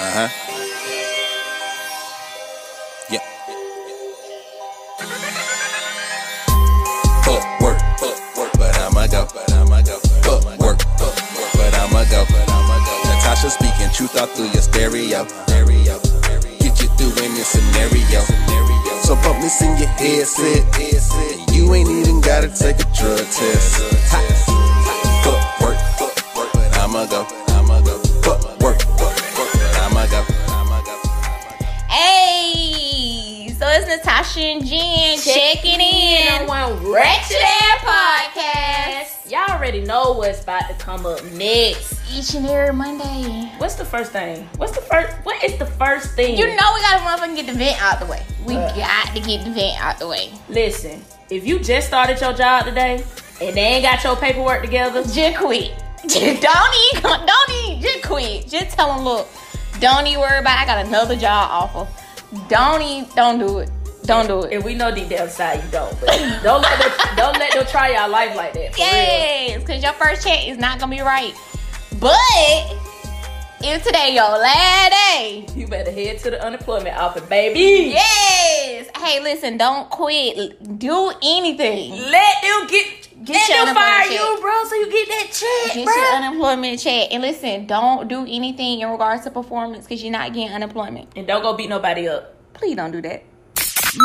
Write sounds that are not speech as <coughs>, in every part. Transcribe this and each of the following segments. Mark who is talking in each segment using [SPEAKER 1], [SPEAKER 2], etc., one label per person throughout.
[SPEAKER 1] Uh-huh. truth all through your stereo. Get you through any scenario. So bump this in your headset. And you ain't even gotta take a drug test. Ha. Fuck work, but I'ma go. I'ma go. Fuck work, but I'ma go.
[SPEAKER 2] Hey, so it's Natasha and Jen checking in on
[SPEAKER 3] one
[SPEAKER 2] Wretched Air Podcast
[SPEAKER 3] Y'all already know what's about to come up next.
[SPEAKER 2] each and every Monday.
[SPEAKER 3] What's the first thing? What's the first? What is the first thing?
[SPEAKER 2] You know we gotta motherfucking get the vent out the way. We
[SPEAKER 3] Uh.
[SPEAKER 2] got to get the vent out the way.
[SPEAKER 3] Listen, if you just started your job today and they ain't got your paperwork together,
[SPEAKER 2] Just quit. <laughs> Just don't even, don't even, just quit. Just tell them, look, don't even worry about. It. I got another job offer. Don't even, don't do it. Don't do it.
[SPEAKER 3] and we know deep down inside you don't, <laughs> but don't let them, don't let them try your life like that. For real.
[SPEAKER 2] Yes, because your first check is not gonna be right. But if today your last day,
[SPEAKER 3] You better head to the unemployment office, baby.
[SPEAKER 2] yes. Hey, listen, don't quit. Do anything.
[SPEAKER 3] Let them get get
[SPEAKER 2] your
[SPEAKER 3] let them fire
[SPEAKER 2] unemployment
[SPEAKER 3] you,
[SPEAKER 2] check.
[SPEAKER 3] bro, so you get that check,
[SPEAKER 2] Get
[SPEAKER 3] bro.
[SPEAKER 2] your unemployment check. And listen, don't do anything in regards to performance because you're not getting unemployment.
[SPEAKER 3] and don't go beat nobody up.
[SPEAKER 2] Please don't do that.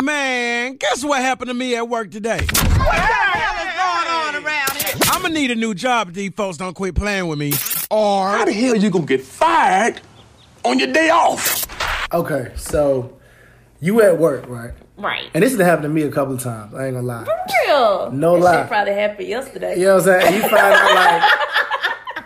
[SPEAKER 4] Man, guess what happened to me at work today? What the hell is going on around here? I'm gonna need a new job if these folks don't quit playing with me. Or
[SPEAKER 5] How the hell you gonna get fired on your day off?
[SPEAKER 6] Okay, so you at work, right?
[SPEAKER 3] Right.
[SPEAKER 6] And this has happened to me a couple of times. I ain't gonna lie.
[SPEAKER 3] Real.
[SPEAKER 6] No
[SPEAKER 3] that
[SPEAKER 6] lie.
[SPEAKER 3] Shit probably happened yesterday.
[SPEAKER 6] You know what I'm saying? You find out like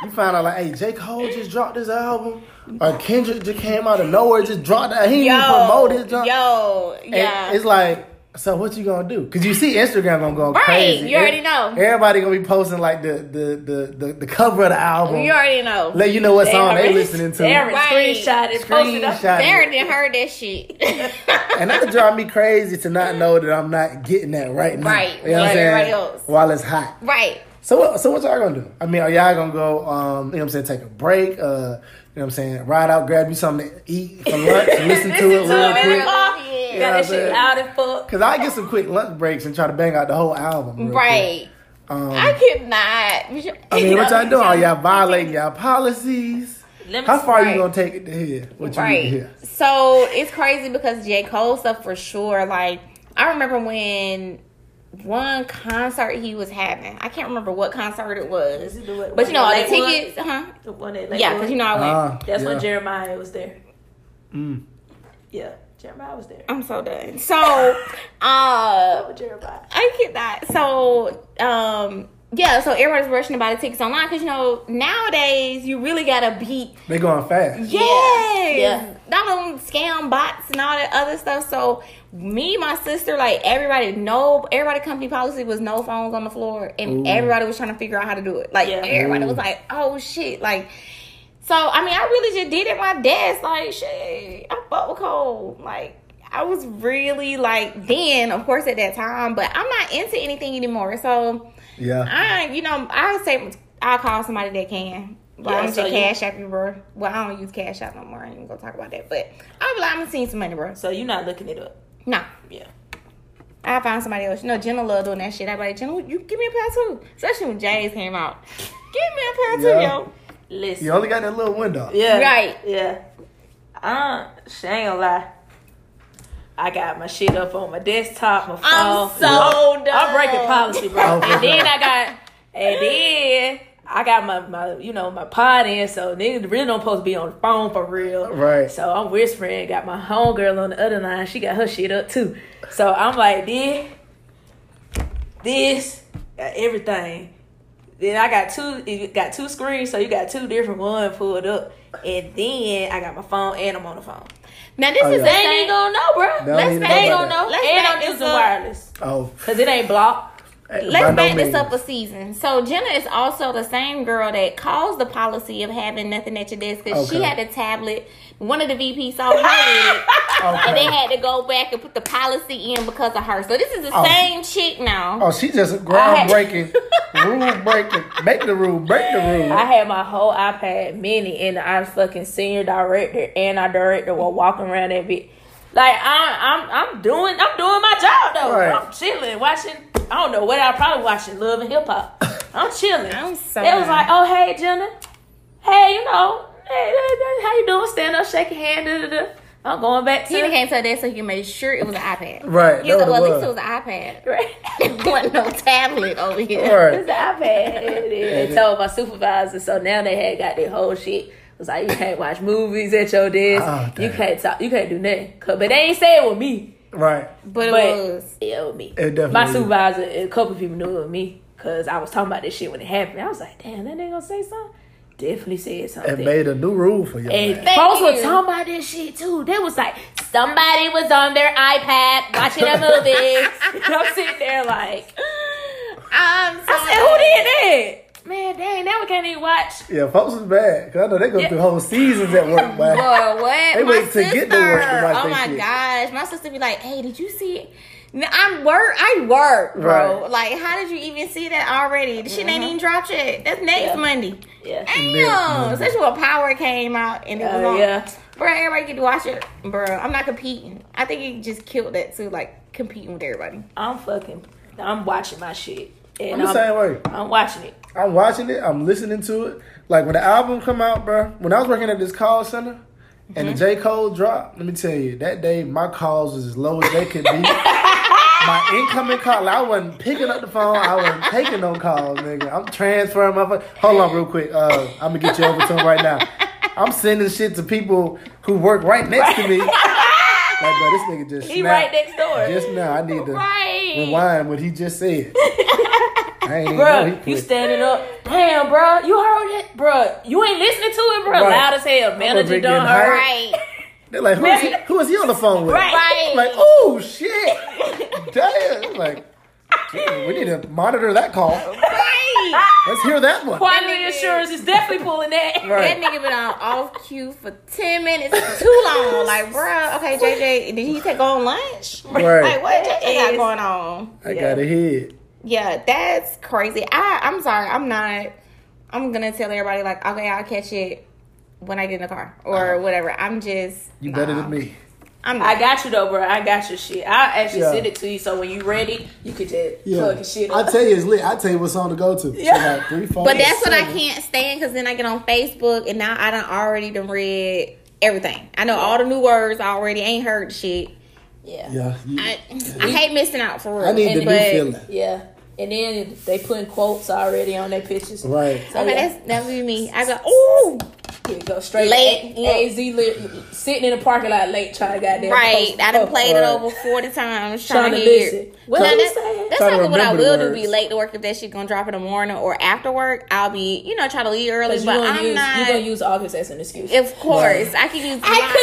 [SPEAKER 6] you find out like, hey, Jake Cole just dropped his album, or Kendrick just came out of nowhere, just dropped that. He didn't even promote his drop.
[SPEAKER 2] yo,
[SPEAKER 6] And It's like, so what you gonna do? Cause you see Instagram gonna go crazy.
[SPEAKER 2] you already
[SPEAKER 6] E-
[SPEAKER 2] know.
[SPEAKER 6] Everybody gonna be posting like the the the the, the cover of the album.
[SPEAKER 2] already know.
[SPEAKER 6] let you know what song they
[SPEAKER 3] already-
[SPEAKER 6] listening to.
[SPEAKER 3] they already
[SPEAKER 2] Right.
[SPEAKER 3] screenshot it, posted up.
[SPEAKER 6] Screenshot it.
[SPEAKER 2] didn't heard that shit.
[SPEAKER 6] And that drive me crazy to not know that I'm not getting that right now.
[SPEAKER 2] Right,
[SPEAKER 6] You know what
[SPEAKER 2] like
[SPEAKER 6] I'm saying?
[SPEAKER 2] everybody else.
[SPEAKER 6] While it's hot.
[SPEAKER 2] <laughs> right.
[SPEAKER 6] So what so what y'all gonna do? I mean, are y'all gonna go um, you know what I'm saying, take a break, uh, you know what I'm saying, ride out, grab you something to eat
[SPEAKER 2] <laughs>
[SPEAKER 6] for lunch, listen to it
[SPEAKER 3] Listen to
[SPEAKER 6] real
[SPEAKER 3] it in the
[SPEAKER 6] quick.
[SPEAKER 3] car.
[SPEAKER 2] Yeah.
[SPEAKER 3] Got that shit
[SPEAKER 6] Yeah.
[SPEAKER 3] loud and fuck.
[SPEAKER 6] Cause I get some quick lunch breaks and try to bang out the whole album. real quick.
[SPEAKER 2] Right.
[SPEAKER 6] Um,
[SPEAKER 2] I could not.
[SPEAKER 6] I mean, what y'all doing? Are y'all violating y'all policies?
[SPEAKER 3] Let me
[SPEAKER 6] How far
[SPEAKER 2] Right.
[SPEAKER 6] you gonna take it to here? What you need to
[SPEAKER 2] Right.
[SPEAKER 6] hear?
[SPEAKER 2] So it's crazy because J. Cole stuff for sure. Like I remember when one concert he was having. I can't remember what concert it was.
[SPEAKER 3] it the one-
[SPEAKER 2] But you know, all the
[SPEAKER 3] like one?
[SPEAKER 2] tickets, huh?
[SPEAKER 3] The one that
[SPEAKER 2] Yeah, because you know I went.
[SPEAKER 6] Ah,
[SPEAKER 3] that's when
[SPEAKER 6] yeah. Mm.
[SPEAKER 3] Jeremiah was there. Yeah, Jeremiah was there.
[SPEAKER 2] I'm so done. So uh
[SPEAKER 3] Oh, Jeremiah.
[SPEAKER 2] I get that. So, um, yeah, so everybody's rushing to buy the tickets online because you know nowadays you really gotta beat
[SPEAKER 6] They going fast.
[SPEAKER 2] yes,
[SPEAKER 3] Yeah.
[SPEAKER 2] not on scam bots and all that other stuff. So me, my sister, like everybody, no, everybody company policy was no phones on the floor, and everybody was trying to figure out how to do it. Like
[SPEAKER 3] Yeah.
[SPEAKER 2] everybody was like, oh shit, like. So I mean, I really just did it my dad's like shit. I fuck with Cole. Like I was really like then, of course, at that time. But I'm not into anything anymore. So
[SPEAKER 6] Yeah.
[SPEAKER 2] I, you know, I say I call somebody that can. Well,
[SPEAKER 3] Yeah,
[SPEAKER 2] I'm
[SPEAKER 3] so
[SPEAKER 2] just
[SPEAKER 3] you-
[SPEAKER 2] cash app you, bro. Well, I don't use cash app no more. I ain't gonna talk about that. But I be like, I'm seeing some money, bro.
[SPEAKER 3] So you're not looking it up.
[SPEAKER 2] No,
[SPEAKER 3] Yeah.
[SPEAKER 2] I found somebody else. You know, Jenna love doing that shit. I be like, Jenna, you give me a pair too. Especially when Jay's came out. Give me a pair too,
[SPEAKER 6] Yeah.
[SPEAKER 2] yo.
[SPEAKER 3] Listen.
[SPEAKER 6] You only got that little window.
[SPEAKER 3] Yeah.
[SPEAKER 2] Right.
[SPEAKER 3] Yeah. Uh, she ain't gonna lie. I got my shit up on my desktop, my phone.
[SPEAKER 2] I'm so
[SPEAKER 3] I'm-
[SPEAKER 2] done.
[SPEAKER 3] I'm breaking policy, bro.
[SPEAKER 6] Oh, for
[SPEAKER 3] and then
[SPEAKER 6] sure.
[SPEAKER 3] I got, and then I got my, my you know, my pod in, so niggas really don't supposed to be on the phone for real.
[SPEAKER 6] Right.
[SPEAKER 3] So I'm whispering, got my homegirl on the other line. She got her shit up too. So I'm like, this, this, got everything. Then I got two it got two screens, so you got two different ones pulled up. And then I got my phone and I'm on the phone.
[SPEAKER 2] Now this
[SPEAKER 6] Oh,
[SPEAKER 2] is
[SPEAKER 6] yeah.
[SPEAKER 2] the
[SPEAKER 3] They ain't
[SPEAKER 2] same.
[SPEAKER 3] gonna know, bro.
[SPEAKER 6] They don't
[SPEAKER 3] Let's
[SPEAKER 6] even
[SPEAKER 3] they ain't
[SPEAKER 6] know
[SPEAKER 3] gonna
[SPEAKER 6] about
[SPEAKER 2] that.
[SPEAKER 3] know.
[SPEAKER 2] Let's
[SPEAKER 3] and
[SPEAKER 2] back
[SPEAKER 3] I'm
[SPEAKER 2] this
[SPEAKER 3] using
[SPEAKER 2] up.
[SPEAKER 3] wireless.
[SPEAKER 6] Oh,
[SPEAKER 3] Cause it ain't blocked.
[SPEAKER 6] by
[SPEAKER 2] Let's
[SPEAKER 6] no
[SPEAKER 2] back this
[SPEAKER 6] means.
[SPEAKER 2] up a season. So Jenna is also the same girl that caused the policy of having nothing at your desk because she
[SPEAKER 6] Okay.
[SPEAKER 2] had a tablet. One of the VPs saw her with it, and they
[SPEAKER 6] <laughs> Okay.
[SPEAKER 2] had to go back and put the policy in because of her. So this is the
[SPEAKER 6] Oh.
[SPEAKER 2] same chick now.
[SPEAKER 6] Oh, she just
[SPEAKER 3] had-
[SPEAKER 6] groundbreaking, rule breaking, make the rule, break the rule.
[SPEAKER 3] I had my whole iPad mini and our fucking senior director and our director were walking around that bit. Like I'm I'm I'm doing I'm doing my job though.
[SPEAKER 6] Right.
[SPEAKER 3] I'm chilling, watching I don't know what I probably watching Love and Hip Hop. I'm chilling.
[SPEAKER 2] I'm so
[SPEAKER 3] It was
[SPEAKER 2] mad.
[SPEAKER 3] like, oh hey Jenna. Hey, you know, hey, hey, hey, how you doing? Stand up, shake your hand. Da, da, da. I'm going back to.
[SPEAKER 2] He came to that so he made sure it was an iPad.
[SPEAKER 6] Right,
[SPEAKER 2] Yeah,
[SPEAKER 6] that
[SPEAKER 2] well, at
[SPEAKER 6] would've
[SPEAKER 2] least it was
[SPEAKER 6] was.
[SPEAKER 2] an
[SPEAKER 3] <laughs>
[SPEAKER 2] iPad. <laughs>
[SPEAKER 3] Right.
[SPEAKER 2] It wasn't no tablet over here.
[SPEAKER 6] Right.
[SPEAKER 3] It's the iPad. They told my supervisor, so now they had got their whole shit. It was like you can't watch movies at your desk.
[SPEAKER 6] Oh,
[SPEAKER 3] you
[SPEAKER 6] damn.
[SPEAKER 3] can't talk. You can't do nothing. 'Cause- But they ain't say it with me.
[SPEAKER 6] Right.
[SPEAKER 2] But it
[SPEAKER 3] But
[SPEAKER 2] was.
[SPEAKER 3] it was me.
[SPEAKER 6] It definitely
[SPEAKER 3] my
[SPEAKER 6] is.
[SPEAKER 3] supervisor, a couple people knew it was me because I was talking about this shit when it happened. I was like, damn, that nigga gonna say something. Definitely said something.
[SPEAKER 6] It made a new rule for y'all.
[SPEAKER 3] And
[SPEAKER 2] Thank
[SPEAKER 3] folks were
[SPEAKER 2] you.
[SPEAKER 3] talking about this shit too. They was like, somebody was on their iPad watching a <laughs> movie. And I'm sitting there like,
[SPEAKER 2] I'm
[SPEAKER 3] I said, who did that? Man, dang, now we can't even watch.
[SPEAKER 6] Yeah, folks is bad. Cause I know they go through whole seasons at work, but <laughs>
[SPEAKER 2] Boy, what?
[SPEAKER 6] They
[SPEAKER 2] my
[SPEAKER 6] wait
[SPEAKER 2] sister.
[SPEAKER 6] to get to work to write
[SPEAKER 2] oh
[SPEAKER 6] they
[SPEAKER 2] my
[SPEAKER 6] shit.
[SPEAKER 2] gosh, my sister be like, "Hey, did you see it?" No, I work. I work, bro.
[SPEAKER 6] Right. Mm-hmm.
[SPEAKER 2] Like, how did you even see that already? The shit ain't even dropped yet. That's next
[SPEAKER 3] Yeah.
[SPEAKER 2] Monday.
[SPEAKER 3] Yeah.
[SPEAKER 6] mm-hmm.
[SPEAKER 2] Damn, such a power came out and it was
[SPEAKER 3] Oh,
[SPEAKER 2] on.
[SPEAKER 3] yeah.
[SPEAKER 2] Bro, everybody get to watch it. Bro, I'm not competing. I think it just killed that too, like competing with everybody.
[SPEAKER 3] I'm fucking, I'm watching my shit. And
[SPEAKER 6] I'm the same way.
[SPEAKER 3] I'm watching it.
[SPEAKER 6] I'm watching it. I'm listening to it. Like when the album come out, bro. When I was working at this call center, and the J Cole dropped. Let me tell you, that day my calls was as low as they
[SPEAKER 3] <laughs>
[SPEAKER 6] could be. my incoming call, I wasn't picking up the phone. I wasn't taking no calls, nigga. I'm transferring my. Phone. Hold on, real quick. Uh, I'm gonna get you over to him right now. I'm sending shit to people who work right next to me. Like, bro, this nigga just
[SPEAKER 3] He
[SPEAKER 6] snapped.
[SPEAKER 3] right next door.
[SPEAKER 6] Just now, I need to
[SPEAKER 3] Right.
[SPEAKER 6] rewind what he
[SPEAKER 3] <laughs>
[SPEAKER 6] just said. I ain't even know
[SPEAKER 3] Bruh,
[SPEAKER 6] he
[SPEAKER 3] you
[SPEAKER 6] quit.
[SPEAKER 3] standing up. Damn, bruh, you heard it. Bruh, you ain't listening to it, bruh.
[SPEAKER 6] Right.
[SPEAKER 3] Loud as hell. Manager
[SPEAKER 6] big
[SPEAKER 3] done
[SPEAKER 6] getting
[SPEAKER 3] heard.
[SPEAKER 6] hurt.
[SPEAKER 2] Right.
[SPEAKER 6] They're like, who is, he, who is he on the phone with?
[SPEAKER 3] Right.
[SPEAKER 2] Right.
[SPEAKER 6] I'm like, oh shit, damn! Like, damn, we need to monitor that call. <laughs>
[SPEAKER 2] right.
[SPEAKER 6] Let's hear that one.
[SPEAKER 3] Quality insurance is definitely pulling that.
[SPEAKER 2] That
[SPEAKER 6] <laughs> Right.
[SPEAKER 2] nigga been on off cue for 10 minutes too long. Like, bro, okay, JJ, did he take on lunch? Like,
[SPEAKER 6] Right.
[SPEAKER 2] what JJ got
[SPEAKER 3] Yes.
[SPEAKER 2] going on?
[SPEAKER 6] I got a head.
[SPEAKER 2] Yeah, that's crazy. I, I'm sorry, I'm not. I'm gonna tell everybody, like, okay, I'll catch it when I get in the car or whatever. I'm just.
[SPEAKER 6] You better than me.
[SPEAKER 2] I'm not.
[SPEAKER 3] I got you though, bro. I got your shit. I actually
[SPEAKER 6] Yeah.
[SPEAKER 3] send it to you, so when you ready, you could just plug your shit
[SPEAKER 6] I
[SPEAKER 3] up.
[SPEAKER 6] tell you, it's lit. I tell you what song to go to. So,
[SPEAKER 3] Yeah.
[SPEAKER 6] like, three, four,
[SPEAKER 2] But that's what I
[SPEAKER 6] seven.
[SPEAKER 2] can't stand because then I get on Facebook and now I done already done read everything. I know all the new words I already. Ain't heard shit.
[SPEAKER 3] yeah. yeah,
[SPEAKER 6] Yeah, you-
[SPEAKER 2] I, I hate missing out for real.
[SPEAKER 6] I need the new
[SPEAKER 2] But-
[SPEAKER 6] feeling.
[SPEAKER 3] And then they putting quotes already on their pictures.
[SPEAKER 6] Right.
[SPEAKER 3] So
[SPEAKER 2] Okay,
[SPEAKER 3] yeah,
[SPEAKER 2] that's that would be me. I <laughs> go, ooh,
[SPEAKER 3] you go straight
[SPEAKER 2] Late.
[SPEAKER 3] late. AZ li- sitting in the parking lot late trying to goddamn
[SPEAKER 2] right. I done played it
[SPEAKER 6] Right.
[SPEAKER 2] over forty times trying,
[SPEAKER 3] Trying
[SPEAKER 2] to
[SPEAKER 3] to
[SPEAKER 2] hear.
[SPEAKER 3] listen.
[SPEAKER 2] it.
[SPEAKER 3] What
[SPEAKER 2] Now,
[SPEAKER 3] you
[SPEAKER 2] that's-
[SPEAKER 3] saying?
[SPEAKER 2] That's
[SPEAKER 6] Trying to
[SPEAKER 2] like what I
[SPEAKER 6] remember the
[SPEAKER 2] will do. Be
[SPEAKER 6] words.
[SPEAKER 2] late to work if that shit gonna drop in the morning or after work. I'll be, you know, try to leave early,
[SPEAKER 3] But
[SPEAKER 2] but I'm
[SPEAKER 3] use,
[SPEAKER 2] not.
[SPEAKER 3] you gonna use August as an excuse.
[SPEAKER 2] of course, I can use. lots of <laughs>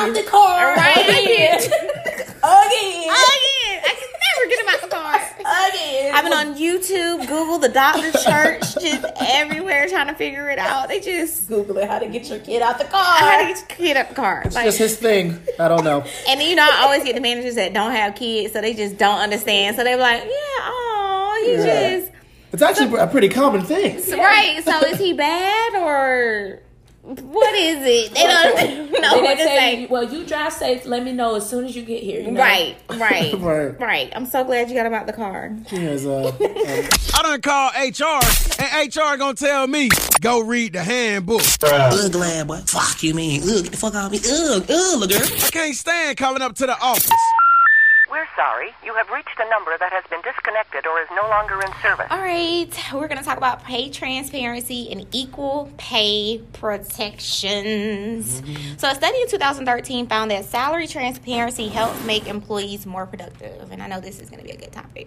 [SPEAKER 2] excuses.
[SPEAKER 3] car
[SPEAKER 2] Right.
[SPEAKER 3] <laughs> again. again.
[SPEAKER 2] Again, I can never get him out the car.
[SPEAKER 3] Again.
[SPEAKER 2] Oh, <laughs> I've been on YouTube, Google, the doctor, church, <laughs> just everywhere trying to figure it out. They just
[SPEAKER 3] googling how to get your kid out the
[SPEAKER 2] how to
[SPEAKER 3] car.
[SPEAKER 2] get your kid up the car.
[SPEAKER 6] It's
[SPEAKER 2] Like-
[SPEAKER 6] just his thing. I don't know.
[SPEAKER 2] And then, you know, I always get the managers that don't have kids, so they just don't understand. So they're like, yeah, oh, you
[SPEAKER 6] Yeah.
[SPEAKER 2] just
[SPEAKER 6] It's actually a pretty common thing.
[SPEAKER 3] <laughs>
[SPEAKER 2] so- right. So is he bad or what is it? They don't <laughs> know
[SPEAKER 3] Then
[SPEAKER 2] what
[SPEAKER 3] they
[SPEAKER 2] to
[SPEAKER 3] say,
[SPEAKER 2] say.
[SPEAKER 3] well, you drive safe. Let me know as soon as you get here. you know?
[SPEAKER 2] Right, right,
[SPEAKER 6] Right.
[SPEAKER 2] right. I'm so glad you got him out the car. <laughs>
[SPEAKER 6] Yes, uh, um,
[SPEAKER 4] I done called HR, and HR gonna tell me, go read the handbook.
[SPEAKER 7] Ugh, glad boy. Fuck you, man. Ugh, get the fuck off me. Ugh, ugh, girl.
[SPEAKER 4] Can't stand coming up to the office.
[SPEAKER 8] We're sorry. You have reached a number that has been disconnected or is no longer in service.
[SPEAKER 2] All right, we're gonna talk about pay transparency and equal pay protections. So, a study in 2013 found that salary transparency helps make employees more productive, and I know this is gonna be a good topic.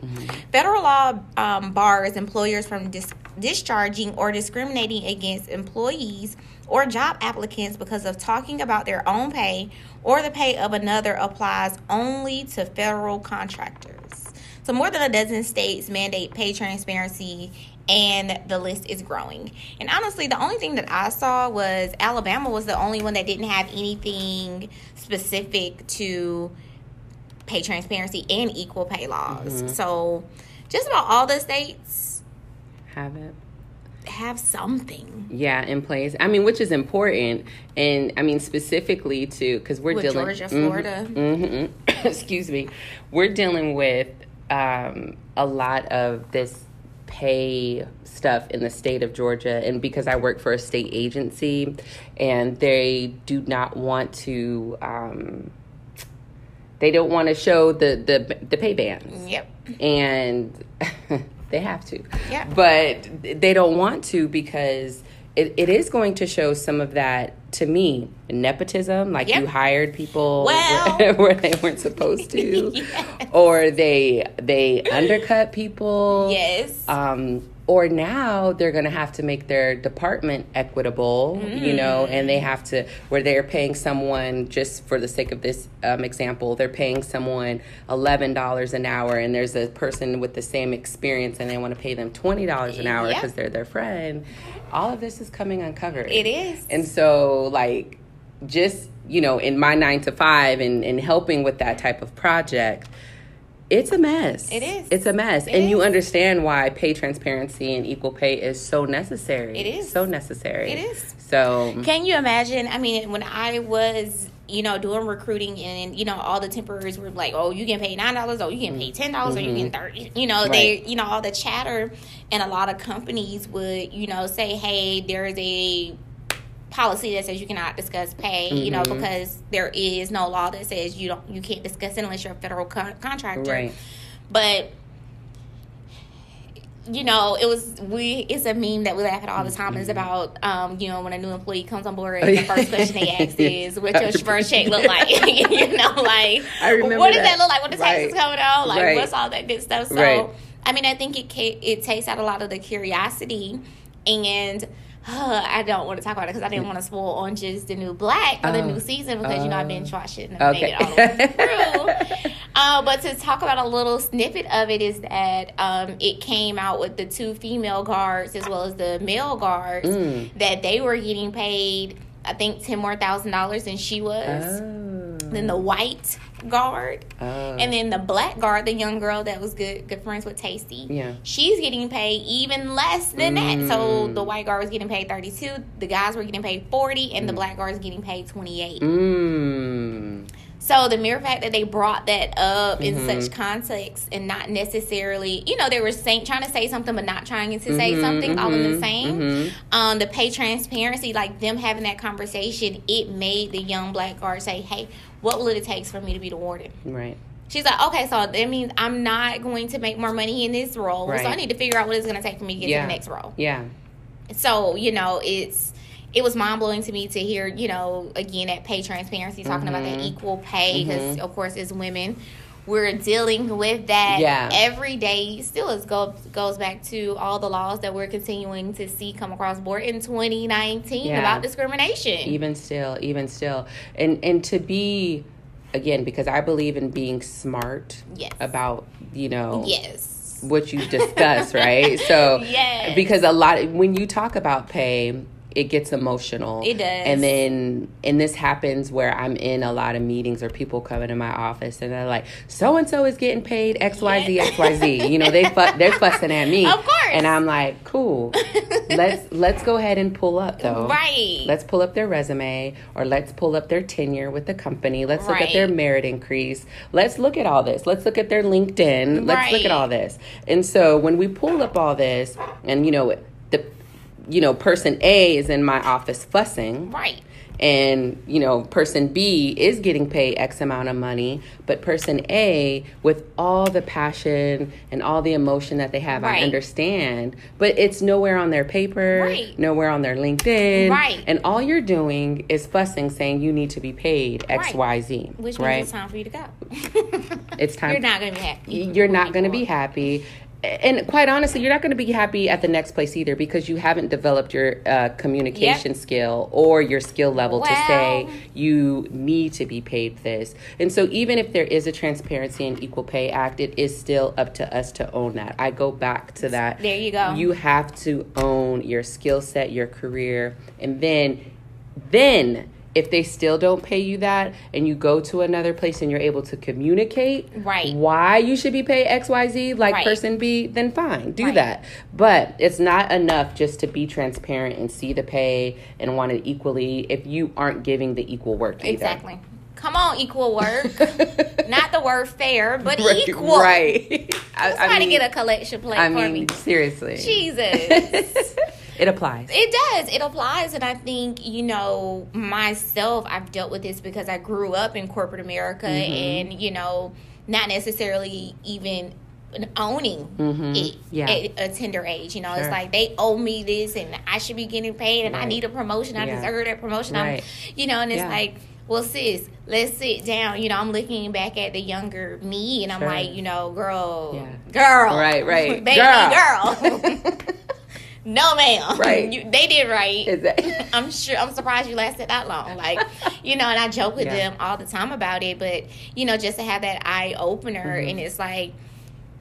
[SPEAKER 2] Federal law um, bars employers from dis- discharging or discriminating against employees or job applicants because of talking about their own pay or the pay of another applies only to federal contractors. So more than a dozen states mandate pay transparency and the list is growing. And honestly, the only thing that I saw was Alabama was the only one that didn't have anything specific to pay transparency and equal pay laws.
[SPEAKER 9] Mm-hmm.
[SPEAKER 2] So just about all the states
[SPEAKER 9] Have it.
[SPEAKER 2] have something.
[SPEAKER 9] Yeah, in place. I mean, which is important, and I mean specifically to because we're
[SPEAKER 2] With
[SPEAKER 9] dealing.
[SPEAKER 2] Georgia,
[SPEAKER 9] Mhm,
[SPEAKER 2] Florida.
[SPEAKER 9] mhm. <coughs> excuse me, we're dealing with um, a lot of this pay s- stuff in the state of Georgia, and because I work for a state agency, and they do not want to. Um, they don't want to show the the the pay bands.
[SPEAKER 2] Yep.
[SPEAKER 9] And <laughs> they have to.
[SPEAKER 2] Yeah.
[SPEAKER 9] But they don't want to because it, it is going to show some of that to me nepotism, like
[SPEAKER 2] Yep.
[SPEAKER 9] you hired people <laughs>
[SPEAKER 2] Well.
[SPEAKER 9] where, where they weren't
[SPEAKER 2] <laughs>
[SPEAKER 9] supposed to, or they they undercut people.
[SPEAKER 2] Yes.
[SPEAKER 9] Um, or now they're going to have to make their department equitable, you know, and they have to, where they're paying someone, just for the sake of this um, example, they're paying someone $11 an hour and there's a person with the same experience and they want to pay them $20 an hour
[SPEAKER 2] Yeah.
[SPEAKER 9] because they're their friend. All of this is coming uncovered.
[SPEAKER 2] It is.
[SPEAKER 9] And so, like, just, you know, in my nine to five and, and helping with that type of project, it's a mess.
[SPEAKER 2] It is.
[SPEAKER 9] It's a mess.
[SPEAKER 2] It
[SPEAKER 9] and you
[SPEAKER 2] is.
[SPEAKER 9] understand why pay transparency and equal pay is so necessary.
[SPEAKER 2] It is.
[SPEAKER 9] So necessary.
[SPEAKER 2] It is.
[SPEAKER 9] So,
[SPEAKER 2] Can you imagine? I mean, when I was, you know, doing recruiting and, you know, all the temporaries were like, oh, you can pay $9, oh, you can pay $10, dollars or you can 30 You know, they,
[SPEAKER 9] Mm-hmm. Right.
[SPEAKER 2] you know, all the chatter. And a lot of companies would, you know, say, hey, there is a policy that says you cannot discuss pay, you know,
[SPEAKER 9] Mm-hmm.
[SPEAKER 2] because there is no law that says you don't, you can't discuss it unless you're a federal con- contractor.
[SPEAKER 9] right.
[SPEAKER 2] But you know, it was we. It's a meme that we laugh at all the time. It's about um, you know when a new employee comes on board, the first question they
[SPEAKER 9] <laughs>
[SPEAKER 2] ask is, "What your first check look like?" <laughs> you know, like
[SPEAKER 9] I remember
[SPEAKER 2] what does that,
[SPEAKER 9] that.
[SPEAKER 2] look like? What the taxes
[SPEAKER 9] Right.
[SPEAKER 2] coming out? Like
[SPEAKER 9] Right.
[SPEAKER 2] what's all that good stuff? So
[SPEAKER 9] Right.
[SPEAKER 2] I mean, I think it ca- it takes out a lot of the curiosity, and uh, I don't want to talk about it because I didn't want to spoil Orange is the New Black for the
[SPEAKER 9] Oh.
[SPEAKER 2] new season because you know I've been watching and
[SPEAKER 9] Okay.
[SPEAKER 2] made it all the way
[SPEAKER 9] <laughs>
[SPEAKER 2] through. Uh, but to talk about a little snippet of it is that um, it came out with the two female guards as well as the male guards
[SPEAKER 9] Mm.
[SPEAKER 2] that they were getting paid, I think, ten more thousand dollars than she was.
[SPEAKER 9] Oh.
[SPEAKER 2] Then the white guard,
[SPEAKER 9] Oh.
[SPEAKER 2] and then the black guard, the young girl that was good good friends with Tasty.
[SPEAKER 9] Yeah.
[SPEAKER 2] she's getting paid even less than that. So
[SPEAKER 9] Mm.
[SPEAKER 2] the white guard was getting paid thirty two, the guys were getting paid forty, and the black guard was getting paid twenty eight.
[SPEAKER 9] Uh, Mm.
[SPEAKER 2] So the mere fact that they brought that up
[SPEAKER 9] Mm-hmm.
[SPEAKER 2] in such context and not necessarily, you know, they were saying trying to say something but not trying to
[SPEAKER 9] Mm-hmm,
[SPEAKER 2] say something, all in the same. Um, the pay transparency, like them having that conversation, it made the young black guard say, "Hey, what will it takes for me to be the warden?"
[SPEAKER 9] Right.
[SPEAKER 2] She's like, "Okay, so that means I'm not going to make more money in this role, so I
[SPEAKER 9] Right.
[SPEAKER 2] need to figure out what it's going to take for me to get to
[SPEAKER 9] Yeah.
[SPEAKER 2] the next role."
[SPEAKER 9] Yeah.
[SPEAKER 2] so you know it's it was mind blowing to me to hear you know again at pay transparency talking about that
[SPEAKER 9] Mm-hmm.
[SPEAKER 2] equal pay because of course as women we're dealing with that
[SPEAKER 9] Yeah.
[SPEAKER 2] every day still is go, goes back to all the laws that we're continuing to see come across board in 2019
[SPEAKER 9] Yeah.
[SPEAKER 2] about discrimination
[SPEAKER 9] even still even still and and to be again because i believe in being smart
[SPEAKER 2] Yes.
[SPEAKER 9] about you know
[SPEAKER 2] yes
[SPEAKER 9] what you discuss <laughs> right so
[SPEAKER 2] Yes.
[SPEAKER 9] because a lot when you talk about pay it gets emotional
[SPEAKER 2] It does.
[SPEAKER 9] and then and this happens where i'm in a lot of meetings or people come into my office and they're like so and so is getting paid xyz xyz you know they fu- they're fussing at me
[SPEAKER 2] Of course.
[SPEAKER 9] and i'm like cool let's let's go ahead and pull up though
[SPEAKER 2] Right.
[SPEAKER 9] let's pull up their resume or let's pull up their tenure with the company. Let's look at their
[SPEAKER 2] Right.
[SPEAKER 9] merit increase. Let's look at all this. Let's look at their LinkedIn. Let's look
[SPEAKER 2] Right.
[SPEAKER 9] at all this. And so when we pull up all this and you know the you know person A is in my office fussing
[SPEAKER 2] right
[SPEAKER 9] and you know person b is getting paid x amount of money but person a with all the passion and all the emotion that they have i
[SPEAKER 2] Right.
[SPEAKER 9] understand but it's nowhere on their paper
[SPEAKER 2] Right.
[SPEAKER 9] nowhere on their linkedin
[SPEAKER 2] Right.
[SPEAKER 9] and all you're doing is fussing saying you need to be paid
[SPEAKER 2] Right.
[SPEAKER 9] xyz
[SPEAKER 2] which means
[SPEAKER 9] right
[SPEAKER 2] it's time for you to go
[SPEAKER 9] <laughs> It's time-
[SPEAKER 2] you're not gonna be happy
[SPEAKER 9] you're not going to be happy and quite honestly you're not going to be happy at the next place either because you haven't developed your uh, communication skill or your skill level to say
[SPEAKER 2] Well-
[SPEAKER 9] you need to be paid this and so even if there is a transparency and equal pay act it is still up to us to own that i go back to that
[SPEAKER 2] There you go.
[SPEAKER 9] you have to own your skill set your career and then then if they still don't pay you that and you go to another place and you're able to communicate
[SPEAKER 2] Right.
[SPEAKER 9] why you should be paid xyz like
[SPEAKER 2] Right.
[SPEAKER 9] person b then fine do
[SPEAKER 2] Right.
[SPEAKER 9] that but it's not enough just to be transparent and see the pay and want it equally if you aren't giving the equal work either. <laughs>
[SPEAKER 2] exactly Come on, equal work. Not the word fair, but
[SPEAKER 9] Right,
[SPEAKER 2] equal.
[SPEAKER 9] Right. I, I
[SPEAKER 2] Somebody
[SPEAKER 9] mean-
[SPEAKER 2] get a collection plate
[SPEAKER 9] I
[SPEAKER 2] for
[SPEAKER 9] mean,
[SPEAKER 2] me.
[SPEAKER 9] seriously.
[SPEAKER 2] Jesus.
[SPEAKER 9] <laughs> It applies.
[SPEAKER 2] It does. It applies. And I think, you know, myself, I've dealt with this because I grew up in corporate America
[SPEAKER 9] Mm-hmm.
[SPEAKER 2] and, you know, not necessarily even owning it
[SPEAKER 9] Mm-hmm. Yeah.
[SPEAKER 2] at a tender age. You know, it's
[SPEAKER 9] Sure.
[SPEAKER 2] like they owe me this and I should be getting paid and I
[SPEAKER 9] Right.
[SPEAKER 2] need a promotion. I
[SPEAKER 9] Yeah.
[SPEAKER 2] deserve that promotion.
[SPEAKER 9] Right.
[SPEAKER 2] I'm, you know, and it's
[SPEAKER 9] Yeah.
[SPEAKER 2] like, well, sis, let's sit down. You know, I'm looking back at the younger me and I'm
[SPEAKER 9] Sure.
[SPEAKER 2] like, you know, girl,
[SPEAKER 9] Yeah.
[SPEAKER 2] girl.
[SPEAKER 9] Right,
[SPEAKER 2] <laughs>
[SPEAKER 9] right.
[SPEAKER 2] Baby girl.
[SPEAKER 9] <laughs>
[SPEAKER 2] <laughs> no, ma'am.
[SPEAKER 9] Right.
[SPEAKER 2] <laughs> You, they did right.
[SPEAKER 9] Is that-
[SPEAKER 2] <laughs> I'm sure. I'm surprised you lasted that long. Like, you know, and I joke with
[SPEAKER 9] Yeah.
[SPEAKER 2] them all the time about it, but you know, just to have that eye opener,
[SPEAKER 9] Mm-hmm.
[SPEAKER 2] and it's like,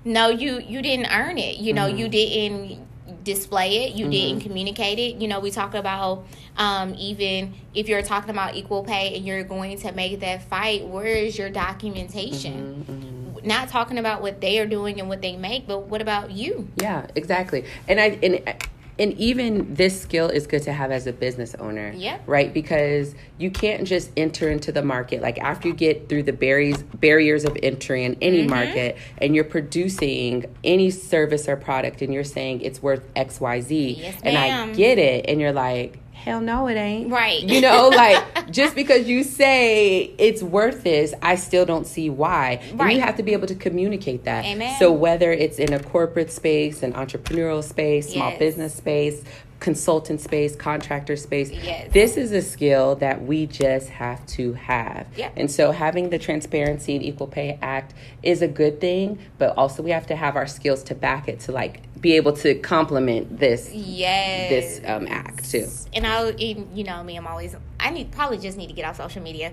[SPEAKER 2] no, you you didn't earn it. You know,
[SPEAKER 9] Mm-hmm.
[SPEAKER 2] you didn't display it. You didn't communicate it. You know, we talk about um, even if you're talking about equal pay and you're going to make that fight, where is your documentation?
[SPEAKER 9] Mm-hmm.
[SPEAKER 2] Not talking about what they are doing and what they make, but what about you?
[SPEAKER 9] Yeah, exactly. And I and and even this skill is good to have as a business owner.
[SPEAKER 2] Yeah.
[SPEAKER 9] Right? Because you can't just enter into the market. Like after you get through the barriers barriers of entry in
[SPEAKER 2] Mm-hmm.
[SPEAKER 9] any market and you're producing any service or product and you're saying it's worth XYZ
[SPEAKER 2] Yes,
[SPEAKER 9] and I
[SPEAKER 2] ma'am.
[SPEAKER 9] get it and you're like Hell no, it ain't.
[SPEAKER 2] Right. <laughs>
[SPEAKER 9] You know, like just because you say it's worth this, I still don't see why. And
[SPEAKER 2] Right.
[SPEAKER 9] you have to be able to communicate that.
[SPEAKER 2] Amen.
[SPEAKER 9] So whether it's in a corporate space, an entrepreneurial space, small
[SPEAKER 2] Yes.
[SPEAKER 9] business space, consultant space, contractor space.
[SPEAKER 2] Yes.
[SPEAKER 9] This is a skill that we just have to have.
[SPEAKER 2] Yeah.
[SPEAKER 9] And so having the Transparency and Equal Pay Act is a good thing, but also we have to have our skills to back it to like be able to complement this
[SPEAKER 2] Yes.
[SPEAKER 9] this um, act too.
[SPEAKER 2] and I, and, you know me, I'm always. I need probably just need to get off social media,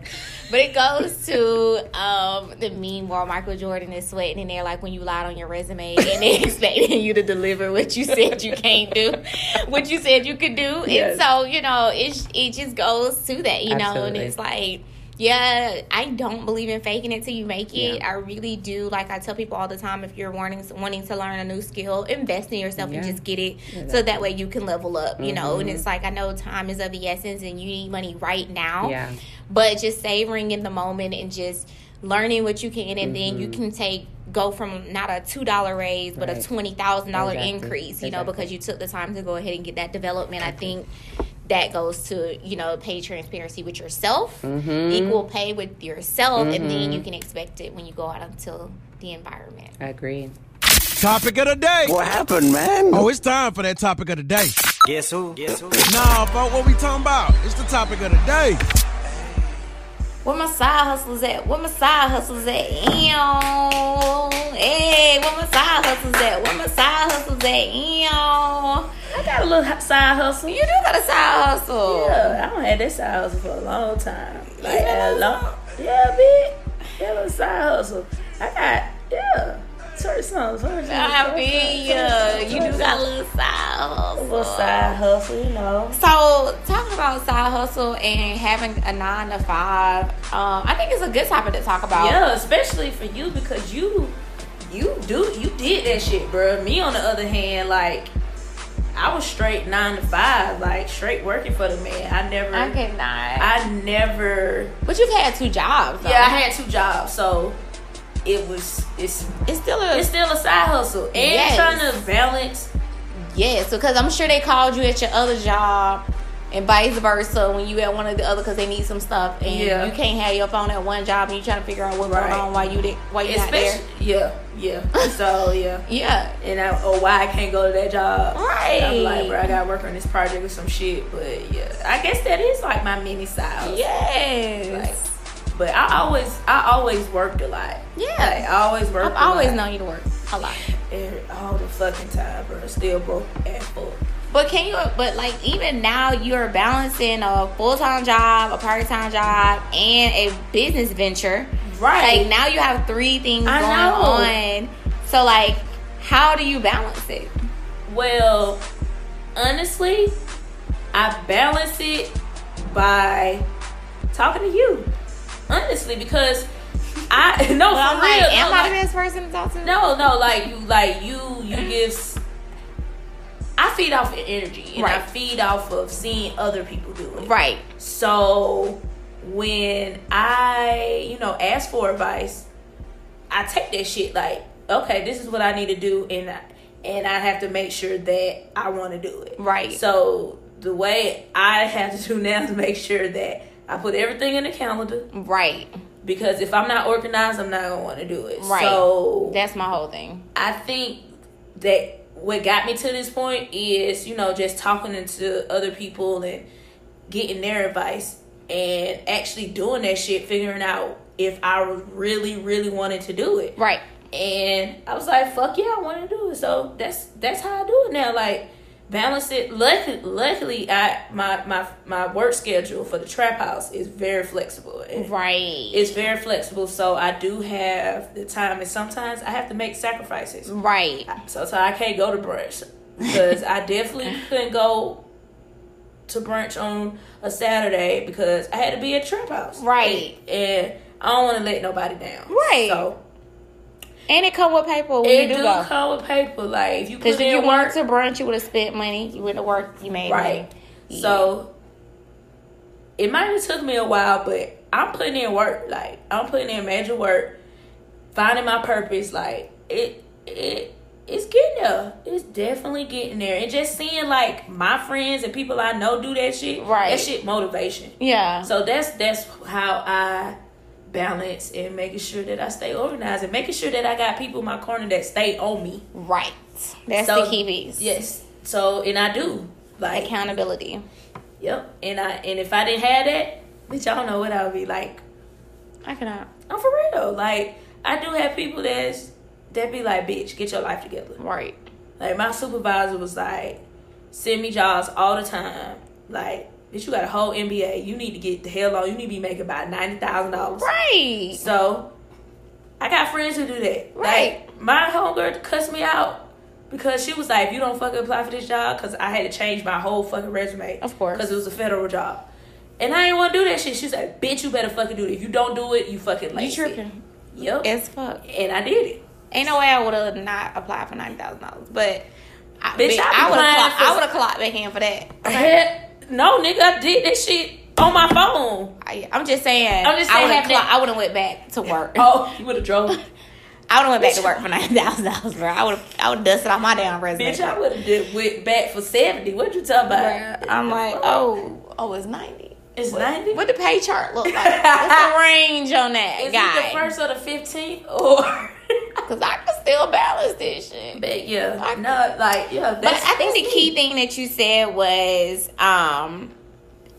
[SPEAKER 2] but it goes to um, the meme where Michael Jordan is sweating, and they're like, when you lied on your resume
[SPEAKER 9] <laughs>
[SPEAKER 2] and they expecting you to deliver what you said you can't do, what you said you could do,
[SPEAKER 9] Yes.
[SPEAKER 2] and so you know it it just goes to that, you know, and
[SPEAKER 9] Absolutely.
[SPEAKER 2] it's like. Yeah, I don't believe in faking it till you make it. I really do. Like I tell people all the time, if you're wanting wanting to learn a new skill, invest in yourself and
[SPEAKER 9] Yeah. Mm-hmm.
[SPEAKER 2] just get it, so that way you can level up. You know, and it's like I know time is of the essence, and you need money right now.
[SPEAKER 9] Yeah.
[SPEAKER 2] But just savoring in the moment and just learning what you can, and then you can take go from not a two dollar raise, but a
[SPEAKER 9] Mm-hmm. Right.
[SPEAKER 2] twenty thousand dollar
[SPEAKER 9] Exactly.
[SPEAKER 2] increase. You know,
[SPEAKER 9] Exactly.
[SPEAKER 2] because you took the time to go ahead and get that development. I think that goes to you know pay transparency with yourself
[SPEAKER 9] Mm-hmm.
[SPEAKER 2] equal pay with yourself and then you can expect it when you go out until the environment
[SPEAKER 9] I agree.
[SPEAKER 4] Topic of the day.
[SPEAKER 5] What happened, man?
[SPEAKER 4] Oh, it's time for that topic of the day.
[SPEAKER 1] Guess who? Guess who?
[SPEAKER 4] Nah, folks, what we talking about? It's the topic of the day.
[SPEAKER 2] where my side hustlers at where my side hustlers at Ew. hey where my side hustlers at where my side hustlers at Ew.
[SPEAKER 3] I got a little hu- side hustle.
[SPEAKER 2] you do got a side hustle
[SPEAKER 3] Yeah, I don't had this side hustle for a long time. Like a long, yeah, bitch. Yeah, little side hustle. I got yeah, church songs. Church songs.
[SPEAKER 2] I mean, yeah, you do got a little side hustle.
[SPEAKER 3] little side hustle, you know.
[SPEAKER 2] So, talking about side hustle and having a nine to five, um, I think it's a good topic to talk about.
[SPEAKER 3] Yeah, especially for you because you, you do, you did that shit, bro. Me on the other hand, like. I was straight nine to five, like straight working for the man. I never,
[SPEAKER 2] I cannot.
[SPEAKER 3] I never
[SPEAKER 2] But you've had two jobs. Though.
[SPEAKER 3] Yeah, I had two jobs, so it was it's
[SPEAKER 2] It's still a
[SPEAKER 3] it's still a side hustle and
[SPEAKER 2] Yes.
[SPEAKER 3] trying to balance.
[SPEAKER 2] yes, because I'm sure they called you at your other job, and vice versa when you at one of the other because they need some stuff, and
[SPEAKER 3] Yeah.
[SPEAKER 2] you can't have your phone at one job and you trying to figure out what's
[SPEAKER 3] Right.
[SPEAKER 2] going on while you di- while you not there.
[SPEAKER 3] Especially, yeah, yeah. So yeah,
[SPEAKER 2] Yeah,
[SPEAKER 3] and I oh why I can't go to that job?
[SPEAKER 2] Right.
[SPEAKER 3] I'm like, bro, I gotta work on this project or some shit. But yeah, I guess that is like my mini side. hustle. Like,
[SPEAKER 2] yes,
[SPEAKER 3] but I always I always worked a lot.
[SPEAKER 2] Yeah.
[SPEAKER 3] Like, I always worked.
[SPEAKER 2] I've
[SPEAKER 3] a
[SPEAKER 2] always
[SPEAKER 3] lot.
[SPEAKER 2] known you to work a lot.
[SPEAKER 3] Every- all the fucking time, bro. Still broke and full.
[SPEAKER 2] But can you? But like even now, you're balancing a full time job, a part time job, and a business venture.
[SPEAKER 3] Right.
[SPEAKER 2] Like now, you have three things
[SPEAKER 3] I
[SPEAKER 2] going on. So like, how do you balance it?
[SPEAKER 3] Well, honestly, I balance it by talking to you. Honestly, because I <laughs> no
[SPEAKER 2] Well,
[SPEAKER 3] for
[SPEAKER 2] I'm like,
[SPEAKER 3] real.
[SPEAKER 2] am
[SPEAKER 3] no,
[SPEAKER 2] I the
[SPEAKER 3] like-
[SPEAKER 2] best person to talk to?
[SPEAKER 3] no, no, like you, like you, you give. s- I feed off of energy, and I
[SPEAKER 2] Right.
[SPEAKER 3] feed off of seeing other people do it.
[SPEAKER 2] Right.
[SPEAKER 3] So when I, you know, ask for advice, I take that shit like, okay, this is what I need to do, and I, and I have to make sure that I want to do it.
[SPEAKER 2] Right.
[SPEAKER 3] So the way I have to <laughs> do now is make sure that I put everything in the calendar
[SPEAKER 2] Right.
[SPEAKER 3] because if I'm not organized, I'm not gonna want to do it.
[SPEAKER 2] Right.
[SPEAKER 3] So
[SPEAKER 2] That's my whole thing.
[SPEAKER 3] I think that what got me to this point is, you know, just talking to other people and getting their advice and actually doing that shit, figuring out if I really, really wanted to do it.
[SPEAKER 2] Right.
[SPEAKER 3] And I was like, fuck yeah, I want to do it. So that's that's how I do it now. Like balance it. Luckily, luckily, I my my my work schedule for the trap house is very flexible. And
[SPEAKER 2] Right.
[SPEAKER 3] It's very flexible, so I do have the time, and sometimes I have to make sacrifices.
[SPEAKER 2] right.
[SPEAKER 3] So, so I can't go to brunch because I definitely couldn't go to brunch on a Saturday because I had to be at Trap House.
[SPEAKER 2] Right.
[SPEAKER 3] And, and I don't want to let nobody down.
[SPEAKER 2] Right.
[SPEAKER 3] So
[SPEAKER 2] And it come with paper when
[SPEAKER 3] it
[SPEAKER 2] you
[SPEAKER 3] do
[SPEAKER 2] do go.
[SPEAKER 3] come with paper. Like if you
[SPEAKER 2] Because
[SPEAKER 3] put
[SPEAKER 2] if
[SPEAKER 3] in
[SPEAKER 2] you
[SPEAKER 3] work,
[SPEAKER 2] went to brunch, you would have spent money. You went to work, you made
[SPEAKER 3] right.
[SPEAKER 2] money.
[SPEAKER 3] So it might have took me a while, but I'm putting in work. Like I'm putting in major work, finding my purpose. Like it, it, it's getting there. It's definitely getting there. And just seeing like my friends and people I know do that shit.
[SPEAKER 2] Right.
[SPEAKER 3] That shit motivation.
[SPEAKER 2] Yeah.
[SPEAKER 3] So that's that's how I balance and making sure that I stay organized and making sure that I got people in my corner that stay on me.
[SPEAKER 2] right. That's
[SPEAKER 3] So-
[SPEAKER 2] the key piece.
[SPEAKER 3] Yes. So and I do like
[SPEAKER 2] Accountability.
[SPEAKER 3] Yep. And I and if I didn't have that, bitch, I don't know what I would be like.
[SPEAKER 2] I cannot.
[SPEAKER 3] I'm for real. Like I do have people that's that be like, bitch, get your life together.
[SPEAKER 2] Right.
[SPEAKER 3] Like my supervisor was like, send me jobs all the time. Like, bitch, you got a whole MBA. You need to get the hell on. You need to be making about ninety thousand dollars.
[SPEAKER 2] Right.
[SPEAKER 3] So I got friends who do that.
[SPEAKER 2] Right.
[SPEAKER 3] Like my homegirl cussed me out because she was like, "If you don't fucking apply for this job, because I had to change my whole fucking resume,
[SPEAKER 2] Of course.
[SPEAKER 3] because it was a federal job." And I didn't want to do that shit. She was like, "Bitch, you better fucking do it. If you don't do it, you fucking lazy."
[SPEAKER 2] You tripping
[SPEAKER 3] Yep.
[SPEAKER 2] as fuck.
[SPEAKER 3] and I did it. <laughs>
[SPEAKER 2] Ain't no way I would have not applied for ninety thousand dollars, but I,
[SPEAKER 3] Bitch, I
[SPEAKER 2] I would
[SPEAKER 3] applied
[SPEAKER 2] have
[SPEAKER 3] for-
[SPEAKER 2] I would have clocked back in for that.
[SPEAKER 3] Heck, no, nigga, I did that shit on my phone.
[SPEAKER 2] I, I'm just saying.
[SPEAKER 3] I'm just
[SPEAKER 2] I
[SPEAKER 3] saying
[SPEAKER 2] would have clocked.
[SPEAKER 3] having that-
[SPEAKER 2] I would have went back
[SPEAKER 3] <laughs>
[SPEAKER 2] to work.
[SPEAKER 3] Oh, you would have drove.
[SPEAKER 2] I would have went back to work for ninety thousand dollars, bro. I would have I would have dusted off my damn resume.
[SPEAKER 3] <laughs> Bitch, I would have did went back for seventy. What you talking about?
[SPEAKER 2] Bruh, I'm like, oh, oh, it's ninety.
[SPEAKER 3] It's ninety.
[SPEAKER 2] What the pay chart
[SPEAKER 3] <laughs>
[SPEAKER 2] look like? What's the range on that
[SPEAKER 3] Is it the
[SPEAKER 2] guy?
[SPEAKER 3] first or the fifteenth
[SPEAKER 2] <laughs>
[SPEAKER 3] or? <laughs>
[SPEAKER 2] Because I can still balance this shit.
[SPEAKER 3] but yeah,
[SPEAKER 2] I-
[SPEAKER 3] no, like yeah. That's,
[SPEAKER 2] But I think
[SPEAKER 3] that's
[SPEAKER 2] the key thing that you said was um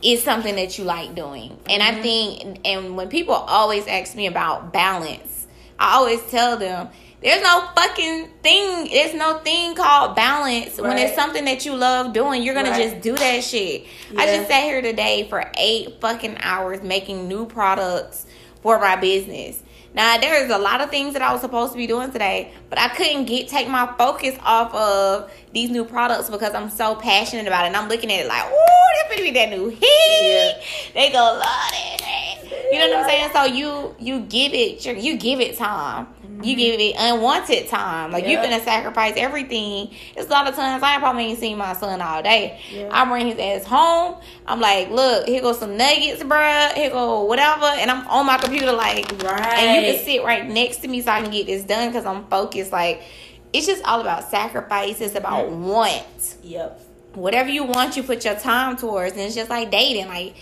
[SPEAKER 2] is something that you like doing. And
[SPEAKER 3] Mm-hmm.
[SPEAKER 2] I think and when people always ask me about balance, I always tell them there's no fucking thing. There's no thing called balance. When it's
[SPEAKER 3] Right.
[SPEAKER 2] something that you love doing, you're gonna
[SPEAKER 3] Right.
[SPEAKER 2] just do that shit. I
[SPEAKER 3] Yeah.
[SPEAKER 2] just sat here today for eight fucking hours making new products for my business. Now there is a lot of things that I was supposed to be doing today, but I couldn't get take my focus off of these new products because I'm so passionate about it. And I'm looking at it like, ooh, this gonna be that new heat. They gonna love it. You know what I'm saying? So you you give it your you give it time. You give it unwanted time. Like you're
[SPEAKER 3] Yeah.
[SPEAKER 2] gonna sacrifice everything. It's a lot of times I probably ain't seen my son all day. I bring his ass home. I'm like, look, here go some nuggets, bruh. Here go whatever, and I'm on my computer like,
[SPEAKER 3] Right.
[SPEAKER 2] and you can sit right next to me so I can get this done because I'm focused. Like, it's just all about sacrifice. It's about want.
[SPEAKER 3] Yep.
[SPEAKER 2] Whatever you want, you put your time towards. And it's just like dating. Like,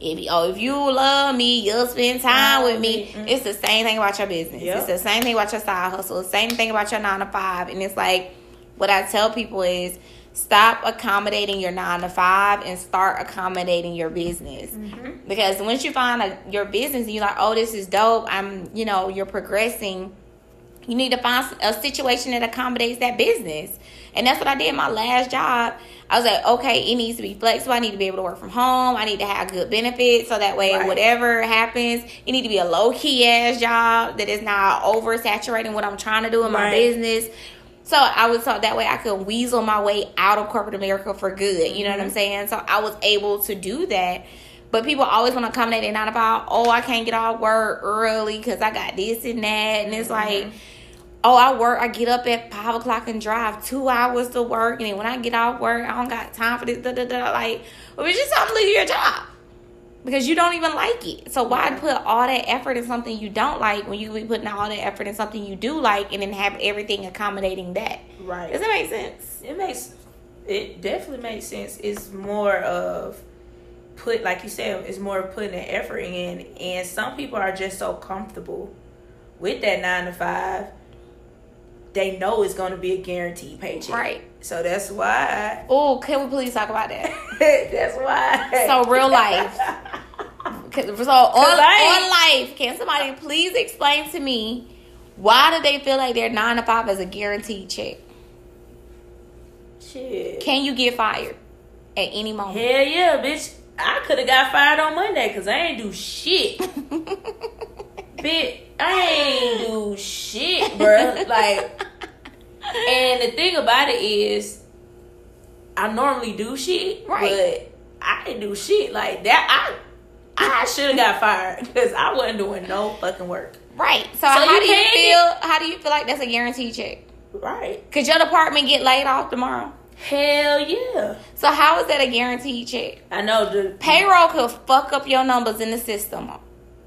[SPEAKER 2] if oh, if you love me, you'll spend time with me. It's the same thing about your business.
[SPEAKER 3] Yep.
[SPEAKER 2] It's the same thing about your side hustle. It's the same thing about your nine to five. And it's like, what I tell people is. Stop accommodating your nine to five and start accommodating your business because once you find like your business and you're like oh this is dope i'm you know you're progressing you need to find a situation that accommodates that business and that's what i did in my last job i was like okay it needs to be flexible i need to be able to work from home i need to have good benefits so that way
[SPEAKER 3] Right.
[SPEAKER 2] whatever happens it need to be a low-key ass job that is not oversaturating what i'm trying to do in my
[SPEAKER 3] Right.
[SPEAKER 2] business so I was so that way I could weasel my way out of corporate America for good. You know what
[SPEAKER 3] Mm-hmm.
[SPEAKER 2] I'm saying? So I was able to do that. But people always want to accommodate their nine to five. Oh, I can't get off work early because I got this and that. And it's like,
[SPEAKER 3] Mm-hmm.
[SPEAKER 2] oh, I work. I get up at five o'clock and drive two hours to work. And then when I get off work, I don't got time for this. Da, da, da. Like, well, it's just something to leave your job. because you don't even like it. So why put all that effort in something you don't like when you could be putting all that effort in something you do like and then have everything accommodating that?
[SPEAKER 3] Right.
[SPEAKER 2] Does that make sense?
[SPEAKER 3] It makes it definitely makes sense. It's more of put like you said, it's more of putting an effort in and some people are just so comfortable with that nine to five, they know it's gonna be a guaranteed paycheck.
[SPEAKER 2] Right.
[SPEAKER 3] So that's why <laughs>
[SPEAKER 2] Oh, can we please talk about that?
[SPEAKER 3] that's why <laughs>
[SPEAKER 2] So real life. 'Cause- So on,
[SPEAKER 3] I-
[SPEAKER 2] on life, can somebody please explain to me why do they feel like their nine to five is a guaranteed check?
[SPEAKER 3] shit.
[SPEAKER 2] Can you get fired at any moment?
[SPEAKER 3] Hell yeah, bitch. I could have got fired on Monday because I ain't do <laughs> shit. bitch, I ain't do shit, bruh. Like, and the thing about it is, I normally do shit,
[SPEAKER 2] Right.
[SPEAKER 3] but I didn't do shit. Like, that, I, I should have got fired because I wasn't doing no fucking work.
[SPEAKER 2] <laughs> Right. So,
[SPEAKER 3] you
[SPEAKER 2] how do you
[SPEAKER 3] can
[SPEAKER 2] feel? How do you feel like that's a guaranteed check?
[SPEAKER 3] Right.
[SPEAKER 2] Could your department get laid off tomorrow?
[SPEAKER 3] Hell yeah.
[SPEAKER 2] So how is that a guaranteed check?
[SPEAKER 3] I know the
[SPEAKER 2] Payroll could fuck up your numbers in the system,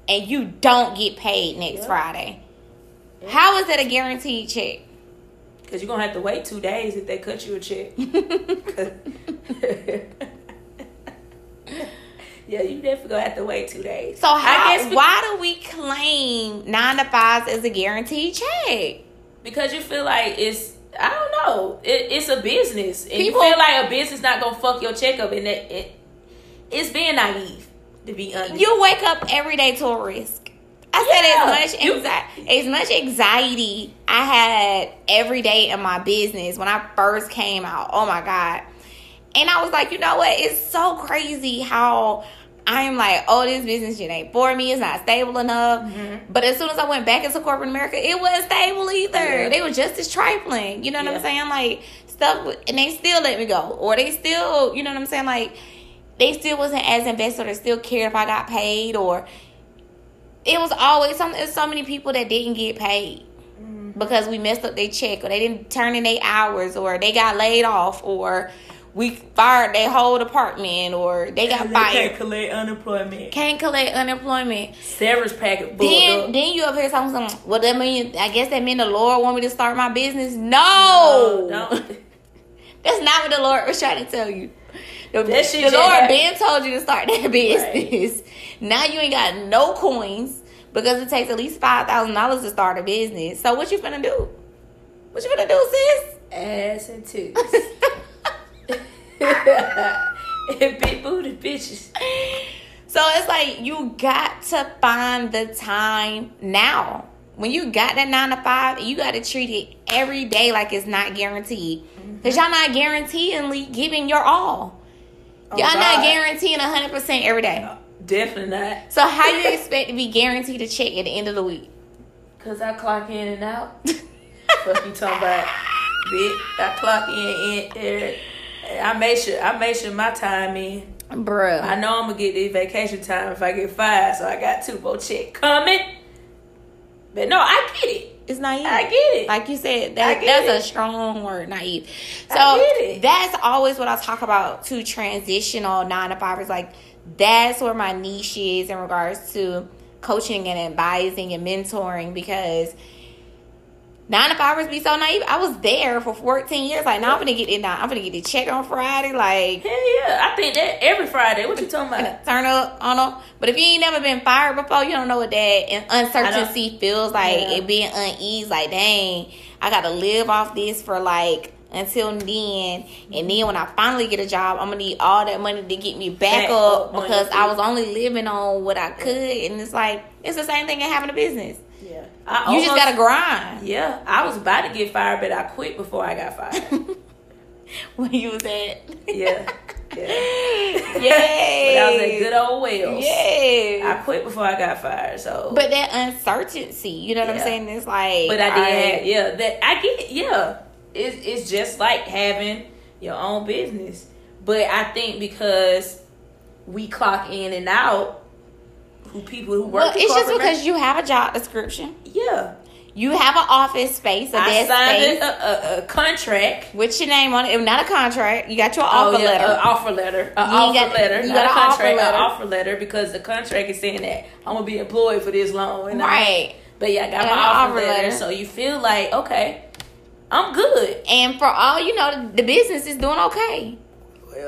[SPEAKER 2] and you don't get paid next Friday. How is that a guaranteed check?
[SPEAKER 3] because you're going to have to wait two days if they cut you
[SPEAKER 2] <laughs>
[SPEAKER 3] a check. <laughs> yeah, you definitely gonna have to wait two days.
[SPEAKER 2] So how,
[SPEAKER 3] I guess be-
[SPEAKER 2] why do we claim nine to fives as a guaranteed check?
[SPEAKER 3] because you feel like it's I don't know, it, it's a business, and
[SPEAKER 2] People-
[SPEAKER 3] you feel like a business not gonna fuck your check up, and that it, it's being naive to be honest.
[SPEAKER 2] You wake up every day to a risk. I
[SPEAKER 3] Yeah.
[SPEAKER 2] said as much
[SPEAKER 3] You-
[SPEAKER 2] anxiety, as much anxiety I had every day in my business when I first came out. Oh my god! And I was like, you know what? It's so crazy how I'm like, oh, this business shit ain't for me. It's not stable enough.
[SPEAKER 3] Mm-hmm.
[SPEAKER 2] But as soon as I went back into corporate America, it wasn't stable either.
[SPEAKER 3] Yeah.
[SPEAKER 2] They were just as trifling. You know what
[SPEAKER 3] Yeah.
[SPEAKER 2] I'm saying? Like stuff, w- and they still let me go, or they still, you know what I'm saying? Like they still wasn't as invested or still cared if I got paid or it was always some there's so many people that didn't get paid because we messed up their check or they didn't turn in their hours or they got laid off or we fired their whole department or they got
[SPEAKER 3] can't
[SPEAKER 2] fired.
[SPEAKER 3] collect <laughs> unemployment,
[SPEAKER 2] Can't collect unemployment.
[SPEAKER 3] severance
[SPEAKER 2] Then,
[SPEAKER 3] packet, bulldog.
[SPEAKER 2] then you up here talking something. Well, that mean I guess that mean the Lord want me to start my business. No,
[SPEAKER 3] Oh, don't.
[SPEAKER 2] that's not what the Lord was trying to tell you. The,
[SPEAKER 3] That shit
[SPEAKER 2] the
[SPEAKER 3] just
[SPEAKER 2] Lord
[SPEAKER 3] happened.
[SPEAKER 2] been told you to start that <laughs> business. Now you ain't got no coins because it takes at least five thousand dollars to start a business. So what you finna do? What you finna do, sis? <laughs>
[SPEAKER 3] ass and tits. and <laughs> big booty bitches.
[SPEAKER 2] So it's like you got to find the time now. When you got that nine to five, you got to treat it every day like it's not guaranteed.
[SPEAKER 3] Mm-hmm.
[SPEAKER 2] Because y'all not guaranteeingly giving your all. y'all not
[SPEAKER 3] Oh, God.
[SPEAKER 2] guaranteeing 100% every day.
[SPEAKER 3] Definitely not.
[SPEAKER 2] So how you expect to be guaranteed a check at the end of the week?
[SPEAKER 3] Cause I clock in and out. Fuck you talking about, bitch. I clock in in there. I make sure I make sure my time in.
[SPEAKER 2] Bruh.
[SPEAKER 3] I know I'm gonna get this vacation time if I get fired, so I got two more check coming. But no, I get it.
[SPEAKER 2] it's naive.
[SPEAKER 3] I get it.
[SPEAKER 2] Like you said,
[SPEAKER 3] I
[SPEAKER 2] that,
[SPEAKER 3] get
[SPEAKER 2] that's a
[SPEAKER 3] it.
[SPEAKER 2] strong word, naive. So
[SPEAKER 3] get it.
[SPEAKER 2] that's always what I talk about to transitional nine to fivers. Like that's where my niche is in regards to coaching and advising and mentoring because nine to fivers be so naive. I was there for 14 years. Like now I'm gonna get it now. I'm gonna get the check on Friday. Like
[SPEAKER 3] Hell yeah, I think that every Friday. What you
[SPEAKER 2] <laughs>
[SPEAKER 3] talking about?
[SPEAKER 2] turn up on them. But if you ain't never been fired before, you don't know what that and uncertainty feels like.
[SPEAKER 3] Yeah.
[SPEAKER 2] It being unease, like dang, I gotta live off this for like until then. And then when I finally get a job, I'm gonna need all that money to get me back, up,
[SPEAKER 3] Back up on
[SPEAKER 2] because
[SPEAKER 3] your feet.
[SPEAKER 2] I was only living on what I could. And it's like it's the same thing in having a business.
[SPEAKER 3] Yeah, I
[SPEAKER 2] You just
[SPEAKER 3] almost-
[SPEAKER 2] gotta grind. <laughs>
[SPEAKER 3] Yeah, I was about to get fired, but I quit before I got fired.
[SPEAKER 2] <laughs> When you was at,
[SPEAKER 3] Yeah, yeah.
[SPEAKER 2] yay,
[SPEAKER 3] But I was at good old Wells.
[SPEAKER 2] Yes.
[SPEAKER 3] I quit before I got fired. So,
[SPEAKER 2] But that uncertainty, you know what I'm
[SPEAKER 3] Yeah.
[SPEAKER 2] saying? It's like,
[SPEAKER 3] But I did
[SPEAKER 2] alright.
[SPEAKER 3] have, yeah, that I get it, yeah. It's it's just like having your own business. But I think because we clock in and out, who people who work
[SPEAKER 2] Well,
[SPEAKER 3] in
[SPEAKER 2] it's just
[SPEAKER 3] corporate
[SPEAKER 2] because you have a job description.
[SPEAKER 3] America- yeah.
[SPEAKER 2] You have an office space, a
[SPEAKER 3] I
[SPEAKER 2] desk
[SPEAKER 3] signed
[SPEAKER 2] space
[SPEAKER 3] a, a, a contract.
[SPEAKER 2] with your name on it. Not a contract. You got your offer
[SPEAKER 3] oh, yeah,
[SPEAKER 2] letter.
[SPEAKER 3] A offer letter. A
[SPEAKER 2] ain't
[SPEAKER 3] offer
[SPEAKER 2] got-
[SPEAKER 3] letter.
[SPEAKER 2] you
[SPEAKER 3] not
[SPEAKER 2] got
[SPEAKER 3] a
[SPEAKER 2] a offer
[SPEAKER 3] contract.
[SPEAKER 2] letter.
[SPEAKER 3] An offer letter because the contract is saying that I'm gonna be employed for this long. And I-
[SPEAKER 2] right.
[SPEAKER 3] but yeah, I got
[SPEAKER 2] And
[SPEAKER 3] my
[SPEAKER 2] an
[SPEAKER 3] offer,
[SPEAKER 2] offer
[SPEAKER 3] letter,
[SPEAKER 2] letter.
[SPEAKER 3] so you feel like okay, I'm good.
[SPEAKER 2] And for all you know, the business is doing okay.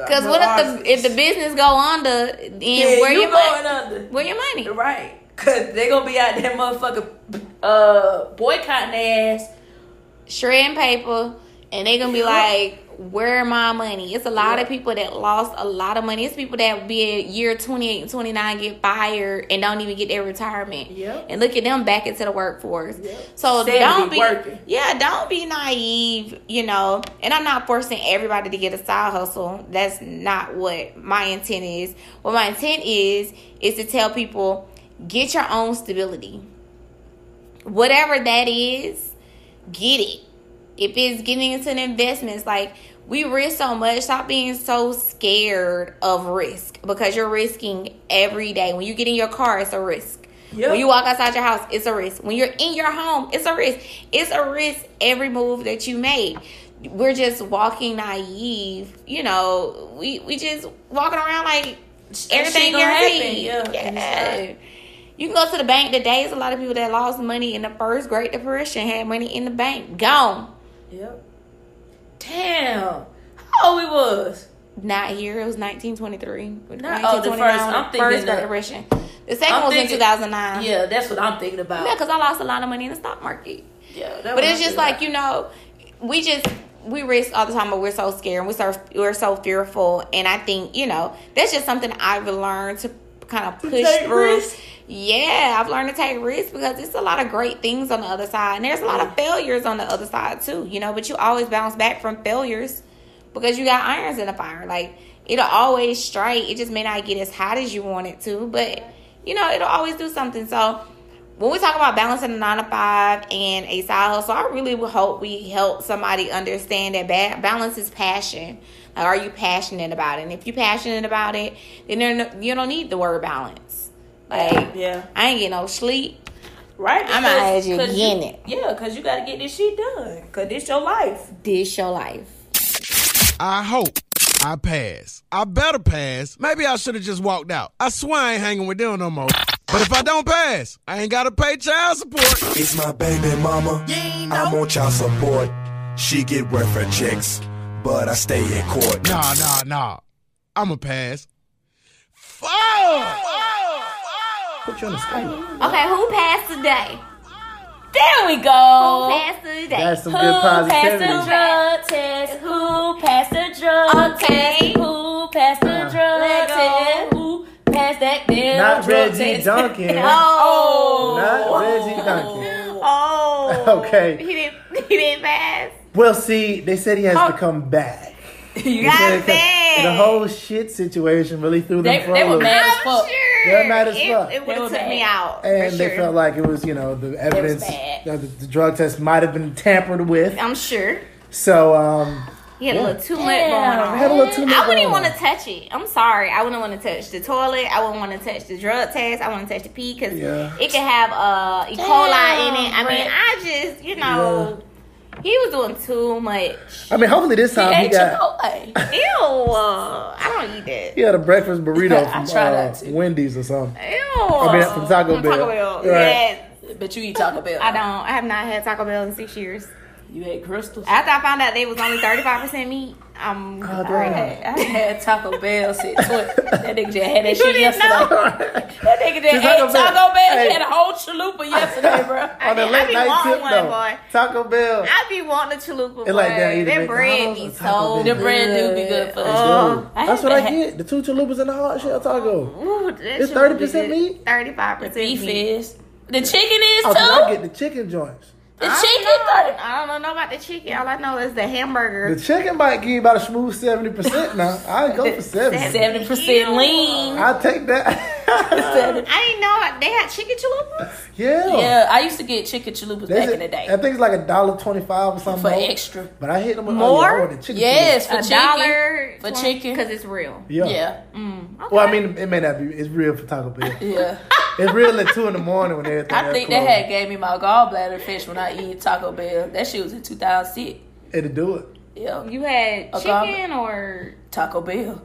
[SPEAKER 2] Because what if the if the business go under, then
[SPEAKER 3] yeah,
[SPEAKER 2] where
[SPEAKER 3] you
[SPEAKER 2] your
[SPEAKER 3] going
[SPEAKER 2] money?
[SPEAKER 3] under?
[SPEAKER 2] Where your money?
[SPEAKER 3] Right. Cause they gonna be out there motherfucker uh boycotting their ass.
[SPEAKER 2] shredding paper and they gonna be like where my money it's a lot of people that lost a lot of money it's people that be in year 28 and 29 get fired and don't even get their retirement
[SPEAKER 3] Yep.
[SPEAKER 2] and look at them back into the workforce so
[SPEAKER 3] Steady
[SPEAKER 2] don't be
[SPEAKER 3] working.
[SPEAKER 2] yeah don't be naive you know and i'm not forcing everybody to get a side hustle that's not what my intent is what my intent is is to tell people get your own stability whatever that is get it. If it's getting into an investments, like we risk so much, stop being so scared of risk because you're risking every day. When you get in your car, it's a risk.
[SPEAKER 3] Yep.
[SPEAKER 2] When you walk outside your house, it's a risk. When you're in your home, it's a risk. It's a risk every move that you make. We're just walking naive, you know. We we just walking around like everything
[SPEAKER 3] shit gonna happen,
[SPEAKER 2] guaranteed.
[SPEAKER 3] yeah. And it's
[SPEAKER 2] yeah. You can go to the bank today. There's a lot of people that lost money in the first Great Depression, had money in the bank, gone.
[SPEAKER 3] Yep. Damn. How old we was?
[SPEAKER 2] Not here. It was 1923.
[SPEAKER 3] Not- oh, the
[SPEAKER 2] 1929,
[SPEAKER 3] first- I'm thinking
[SPEAKER 2] first Great
[SPEAKER 3] the-
[SPEAKER 2] Depression. The 2nd
[SPEAKER 3] I'm
[SPEAKER 2] was
[SPEAKER 3] thinking-
[SPEAKER 2] in 2009. Yeah,
[SPEAKER 3] Yeah, that's what I'm thinking about.
[SPEAKER 2] because I lost a lot of money in the stock market.
[SPEAKER 3] Yeah,
[SPEAKER 2] But it's just like you know, we just we risk all the time, but we're so scared and we're so we're so fearful. And I think you know that's just something I've learned to kind of push
[SPEAKER 3] take
[SPEAKER 2] through.
[SPEAKER 3] risks.
[SPEAKER 2] Yeah, I've learned to take risks because it's a lot of great things on the other side, and there's a lot of failures on the other side too. You know, but you always bounce back from failures because you got irons in the fire. Like it'll always strike. It just may not get as hot as you want it to, but you know it'll always do something. So when we talk about balancing a nine to five and a side hustle, I really would hope we help somebody understand that ba- balance is passion. Like, are you passionate about it? And if you're passionate about it, then there no, you don't need the word balance. Like,
[SPEAKER 3] Yeah.
[SPEAKER 2] I ain't getting no sleep.
[SPEAKER 3] right.
[SPEAKER 2] I'm out
[SPEAKER 3] because-
[SPEAKER 2] here just
[SPEAKER 3] 'cause
[SPEAKER 2] getting
[SPEAKER 3] you,
[SPEAKER 2] it.
[SPEAKER 3] Yeah, because you gotta get this shit done. Cause this your life.
[SPEAKER 2] This your life.
[SPEAKER 4] I hope I pass. I better pass. Maybe I should have just walked out. I swear I ain't hanging with them no more. But if I don't pass, I ain't gotta pay child support.
[SPEAKER 1] It's my baby mama. I'm on child support. She get reference checks, but I stay in court.
[SPEAKER 4] Nah, nah, nah. I'ma pass. Fuck!
[SPEAKER 6] Put you on the stage.
[SPEAKER 2] Okay, who passed today?
[SPEAKER 3] There we
[SPEAKER 2] Who
[SPEAKER 3] go.
[SPEAKER 2] passed today?
[SPEAKER 6] That's some good positivity.
[SPEAKER 3] drug test? Who passed the drug
[SPEAKER 2] Okay.
[SPEAKER 3] Who passed the
[SPEAKER 9] Uh-huh.
[SPEAKER 3] drug
[SPEAKER 2] test?
[SPEAKER 3] Who passed that damn
[SPEAKER 6] Not Reggie Duncan.
[SPEAKER 2] Oh,
[SPEAKER 6] Not Reggie Duncan.
[SPEAKER 2] oh. He
[SPEAKER 6] Okay.
[SPEAKER 2] didn't. He didn't pass.
[SPEAKER 6] Well, see, they said he has to come back.
[SPEAKER 2] You
[SPEAKER 6] They said
[SPEAKER 2] got
[SPEAKER 6] it 'cause The
[SPEAKER 2] that.
[SPEAKER 6] whole shit situation really threw them
[SPEAKER 3] They,
[SPEAKER 6] for
[SPEAKER 3] they
[SPEAKER 6] a
[SPEAKER 3] were
[SPEAKER 6] loop.
[SPEAKER 3] mad as
[SPEAKER 2] I'm
[SPEAKER 3] fuck.
[SPEAKER 2] sure.
[SPEAKER 6] They're mad as
[SPEAKER 2] it,
[SPEAKER 6] fuck.
[SPEAKER 2] It would
[SPEAKER 3] They were
[SPEAKER 2] have took
[SPEAKER 3] bad.
[SPEAKER 2] me out.
[SPEAKER 6] And
[SPEAKER 2] for
[SPEAKER 6] they
[SPEAKER 2] sure.
[SPEAKER 6] felt like it was, you know, the evidence
[SPEAKER 2] bad.
[SPEAKER 6] that the, the drug test might have been tampered with.
[SPEAKER 2] I'm sure.
[SPEAKER 6] So, um,
[SPEAKER 2] He had a little too much
[SPEAKER 6] I
[SPEAKER 2] going on.
[SPEAKER 6] had a little too much.
[SPEAKER 2] I wouldn't
[SPEAKER 6] going
[SPEAKER 2] want to
[SPEAKER 6] on.
[SPEAKER 2] touch it. I'm sorry. I wouldn't want to touch the toilet. I wouldn't want to touch the drug test. I wouldn't touch the pee because
[SPEAKER 6] Yeah.
[SPEAKER 2] it could have uh, E. coli in it. I mean, I just, you know, he was doing too much.
[SPEAKER 6] I mean, hopefully this time he,
[SPEAKER 3] Hey,
[SPEAKER 6] got
[SPEAKER 3] Chipotle.
[SPEAKER 2] Ew. uh, I don't eat that.
[SPEAKER 6] he had a breakfast burrito
[SPEAKER 3] I
[SPEAKER 6] from
[SPEAKER 3] try
[SPEAKER 6] uh,
[SPEAKER 3] not to.
[SPEAKER 6] Wendy's or something.
[SPEAKER 2] Ew.
[SPEAKER 6] I mean, from Taco
[SPEAKER 2] From
[SPEAKER 6] Bell.
[SPEAKER 2] Taco Bell.
[SPEAKER 6] Right.
[SPEAKER 2] Yes.
[SPEAKER 3] But you eat Taco <laughs> Bell.
[SPEAKER 2] I don't. I have not had Taco Bell in six years.
[SPEAKER 3] You ate crystals. I
[SPEAKER 2] After I found out they was only 35% meat, I'm.
[SPEAKER 6] Oh,
[SPEAKER 2] I had-
[SPEAKER 6] damn.
[SPEAKER 2] I had-
[SPEAKER 3] had Taco Bell since what? <laughs> That nigga just had that
[SPEAKER 2] You
[SPEAKER 3] shit
[SPEAKER 2] didn't
[SPEAKER 3] yesterday.
[SPEAKER 2] know.
[SPEAKER 3] That nigga just
[SPEAKER 6] Just
[SPEAKER 3] ate
[SPEAKER 6] Taco Bell.
[SPEAKER 3] Taco Bell.
[SPEAKER 6] Hey.
[SPEAKER 3] He had a whole chalupa yesterday, bro.
[SPEAKER 6] On the
[SPEAKER 2] be- I
[SPEAKER 6] late
[SPEAKER 2] be
[SPEAKER 6] night
[SPEAKER 2] wanting
[SPEAKER 6] tip
[SPEAKER 2] one,
[SPEAKER 6] though,
[SPEAKER 2] boy.
[SPEAKER 6] Taco Bell.
[SPEAKER 2] I be wanting a chalupa.
[SPEAKER 6] It like
[SPEAKER 2] boy.
[SPEAKER 6] that, either
[SPEAKER 2] that bread
[SPEAKER 6] McDonald's
[SPEAKER 2] be
[SPEAKER 6] or Taco
[SPEAKER 2] so
[SPEAKER 6] Bell.
[SPEAKER 3] The bread do be good for us.
[SPEAKER 2] Oh,
[SPEAKER 6] Dude,
[SPEAKER 3] I
[SPEAKER 6] that's
[SPEAKER 3] had
[SPEAKER 6] what I
[SPEAKER 3] that.
[SPEAKER 6] get. The two chalupas and the hard shell
[SPEAKER 2] Mm-hmm.
[SPEAKER 6] taco.
[SPEAKER 2] it's
[SPEAKER 6] 30% meat?
[SPEAKER 2] Thirty-five percent
[SPEAKER 3] Beef
[SPEAKER 2] meat.
[SPEAKER 3] is. The chicken is
[SPEAKER 6] Oh, 'cause I
[SPEAKER 3] too.
[SPEAKER 6] get the chicken joints.
[SPEAKER 3] The
[SPEAKER 2] I don't
[SPEAKER 3] chicken.
[SPEAKER 2] know.
[SPEAKER 3] thirty-
[SPEAKER 2] I don't know about the chicken. All I know is the hamburger.
[SPEAKER 6] The chicken might give you about a smooth seventy percent now. I go for seventy.
[SPEAKER 3] Seventy percent
[SPEAKER 2] Ew.
[SPEAKER 3] lean.
[SPEAKER 6] I take
[SPEAKER 3] <laughs>
[SPEAKER 6] that.
[SPEAKER 2] I didn't know they had chicken chalupas.
[SPEAKER 6] yeah.
[SPEAKER 3] Yeah, I used to get chicken chalupas
[SPEAKER 6] They
[SPEAKER 3] back
[SPEAKER 6] said-
[SPEAKER 3] in the
[SPEAKER 6] I
[SPEAKER 3] day
[SPEAKER 6] think it's like a dollar twenty-five or something.
[SPEAKER 3] for
[SPEAKER 6] more.
[SPEAKER 3] extra.
[SPEAKER 6] But I hit them with
[SPEAKER 2] More?
[SPEAKER 6] Oh, yeah, I want the chicken
[SPEAKER 3] Yes, for
[SPEAKER 2] a
[SPEAKER 3] chicken.
[SPEAKER 2] dollar
[SPEAKER 3] For chicken.
[SPEAKER 2] because it's real.
[SPEAKER 6] fillet. Yeah.
[SPEAKER 3] Yeah,
[SPEAKER 6] Well, I mean, it may not be. It's real for Taco Bell.
[SPEAKER 3] yeah.
[SPEAKER 6] It's real at two in the morning when everything.
[SPEAKER 3] I
[SPEAKER 6] else
[SPEAKER 3] think they
[SPEAKER 6] closed.
[SPEAKER 3] had gave me my gallbladder fish when I eat Taco Bell. That shit was in 2006.
[SPEAKER 6] It'll do it.
[SPEAKER 3] Yeah,
[SPEAKER 2] You had
[SPEAKER 3] A goblet.
[SPEAKER 2] chicken or
[SPEAKER 3] Taco Bell.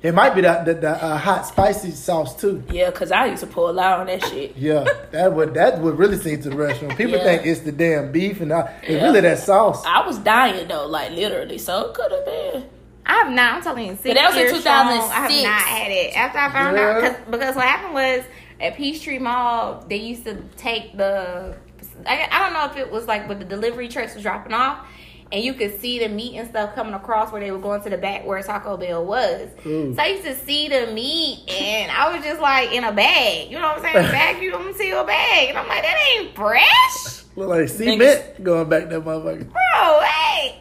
[SPEAKER 6] It might be that the, the uh, hot spicy sauce too.
[SPEAKER 3] Yeah, cause I used to pull out on that shit. <laughs>
[SPEAKER 6] Yeah, that would that would really seem to the restaurant. People
[SPEAKER 3] Yeah.
[SPEAKER 6] think it's the damn beef, and I, it's really that sauce.
[SPEAKER 3] I was dying though, like literally. So it could have been.
[SPEAKER 2] I have not. I'm telling you, six
[SPEAKER 3] But that was in
[SPEAKER 2] years strong, I have
[SPEAKER 3] 2006.
[SPEAKER 2] not had it after I found out
[SPEAKER 6] Yeah.
[SPEAKER 2] 'cause- because what happened was at Peachtree Mall they used to take the I, I don't know if it was like but the delivery trucks was dropping off. And you could see the meat and stuff coming across where they were going to the back where Taco Bell was.
[SPEAKER 6] Mm.
[SPEAKER 2] So I used to see the meat, and I was just like in a bag. You know what I'm
[SPEAKER 6] <laughs>
[SPEAKER 2] saying? Vacuum seal bag, and I'm like, that ain't fresh.
[SPEAKER 6] Look like cement going back that motherfucker.
[SPEAKER 2] bro, hey.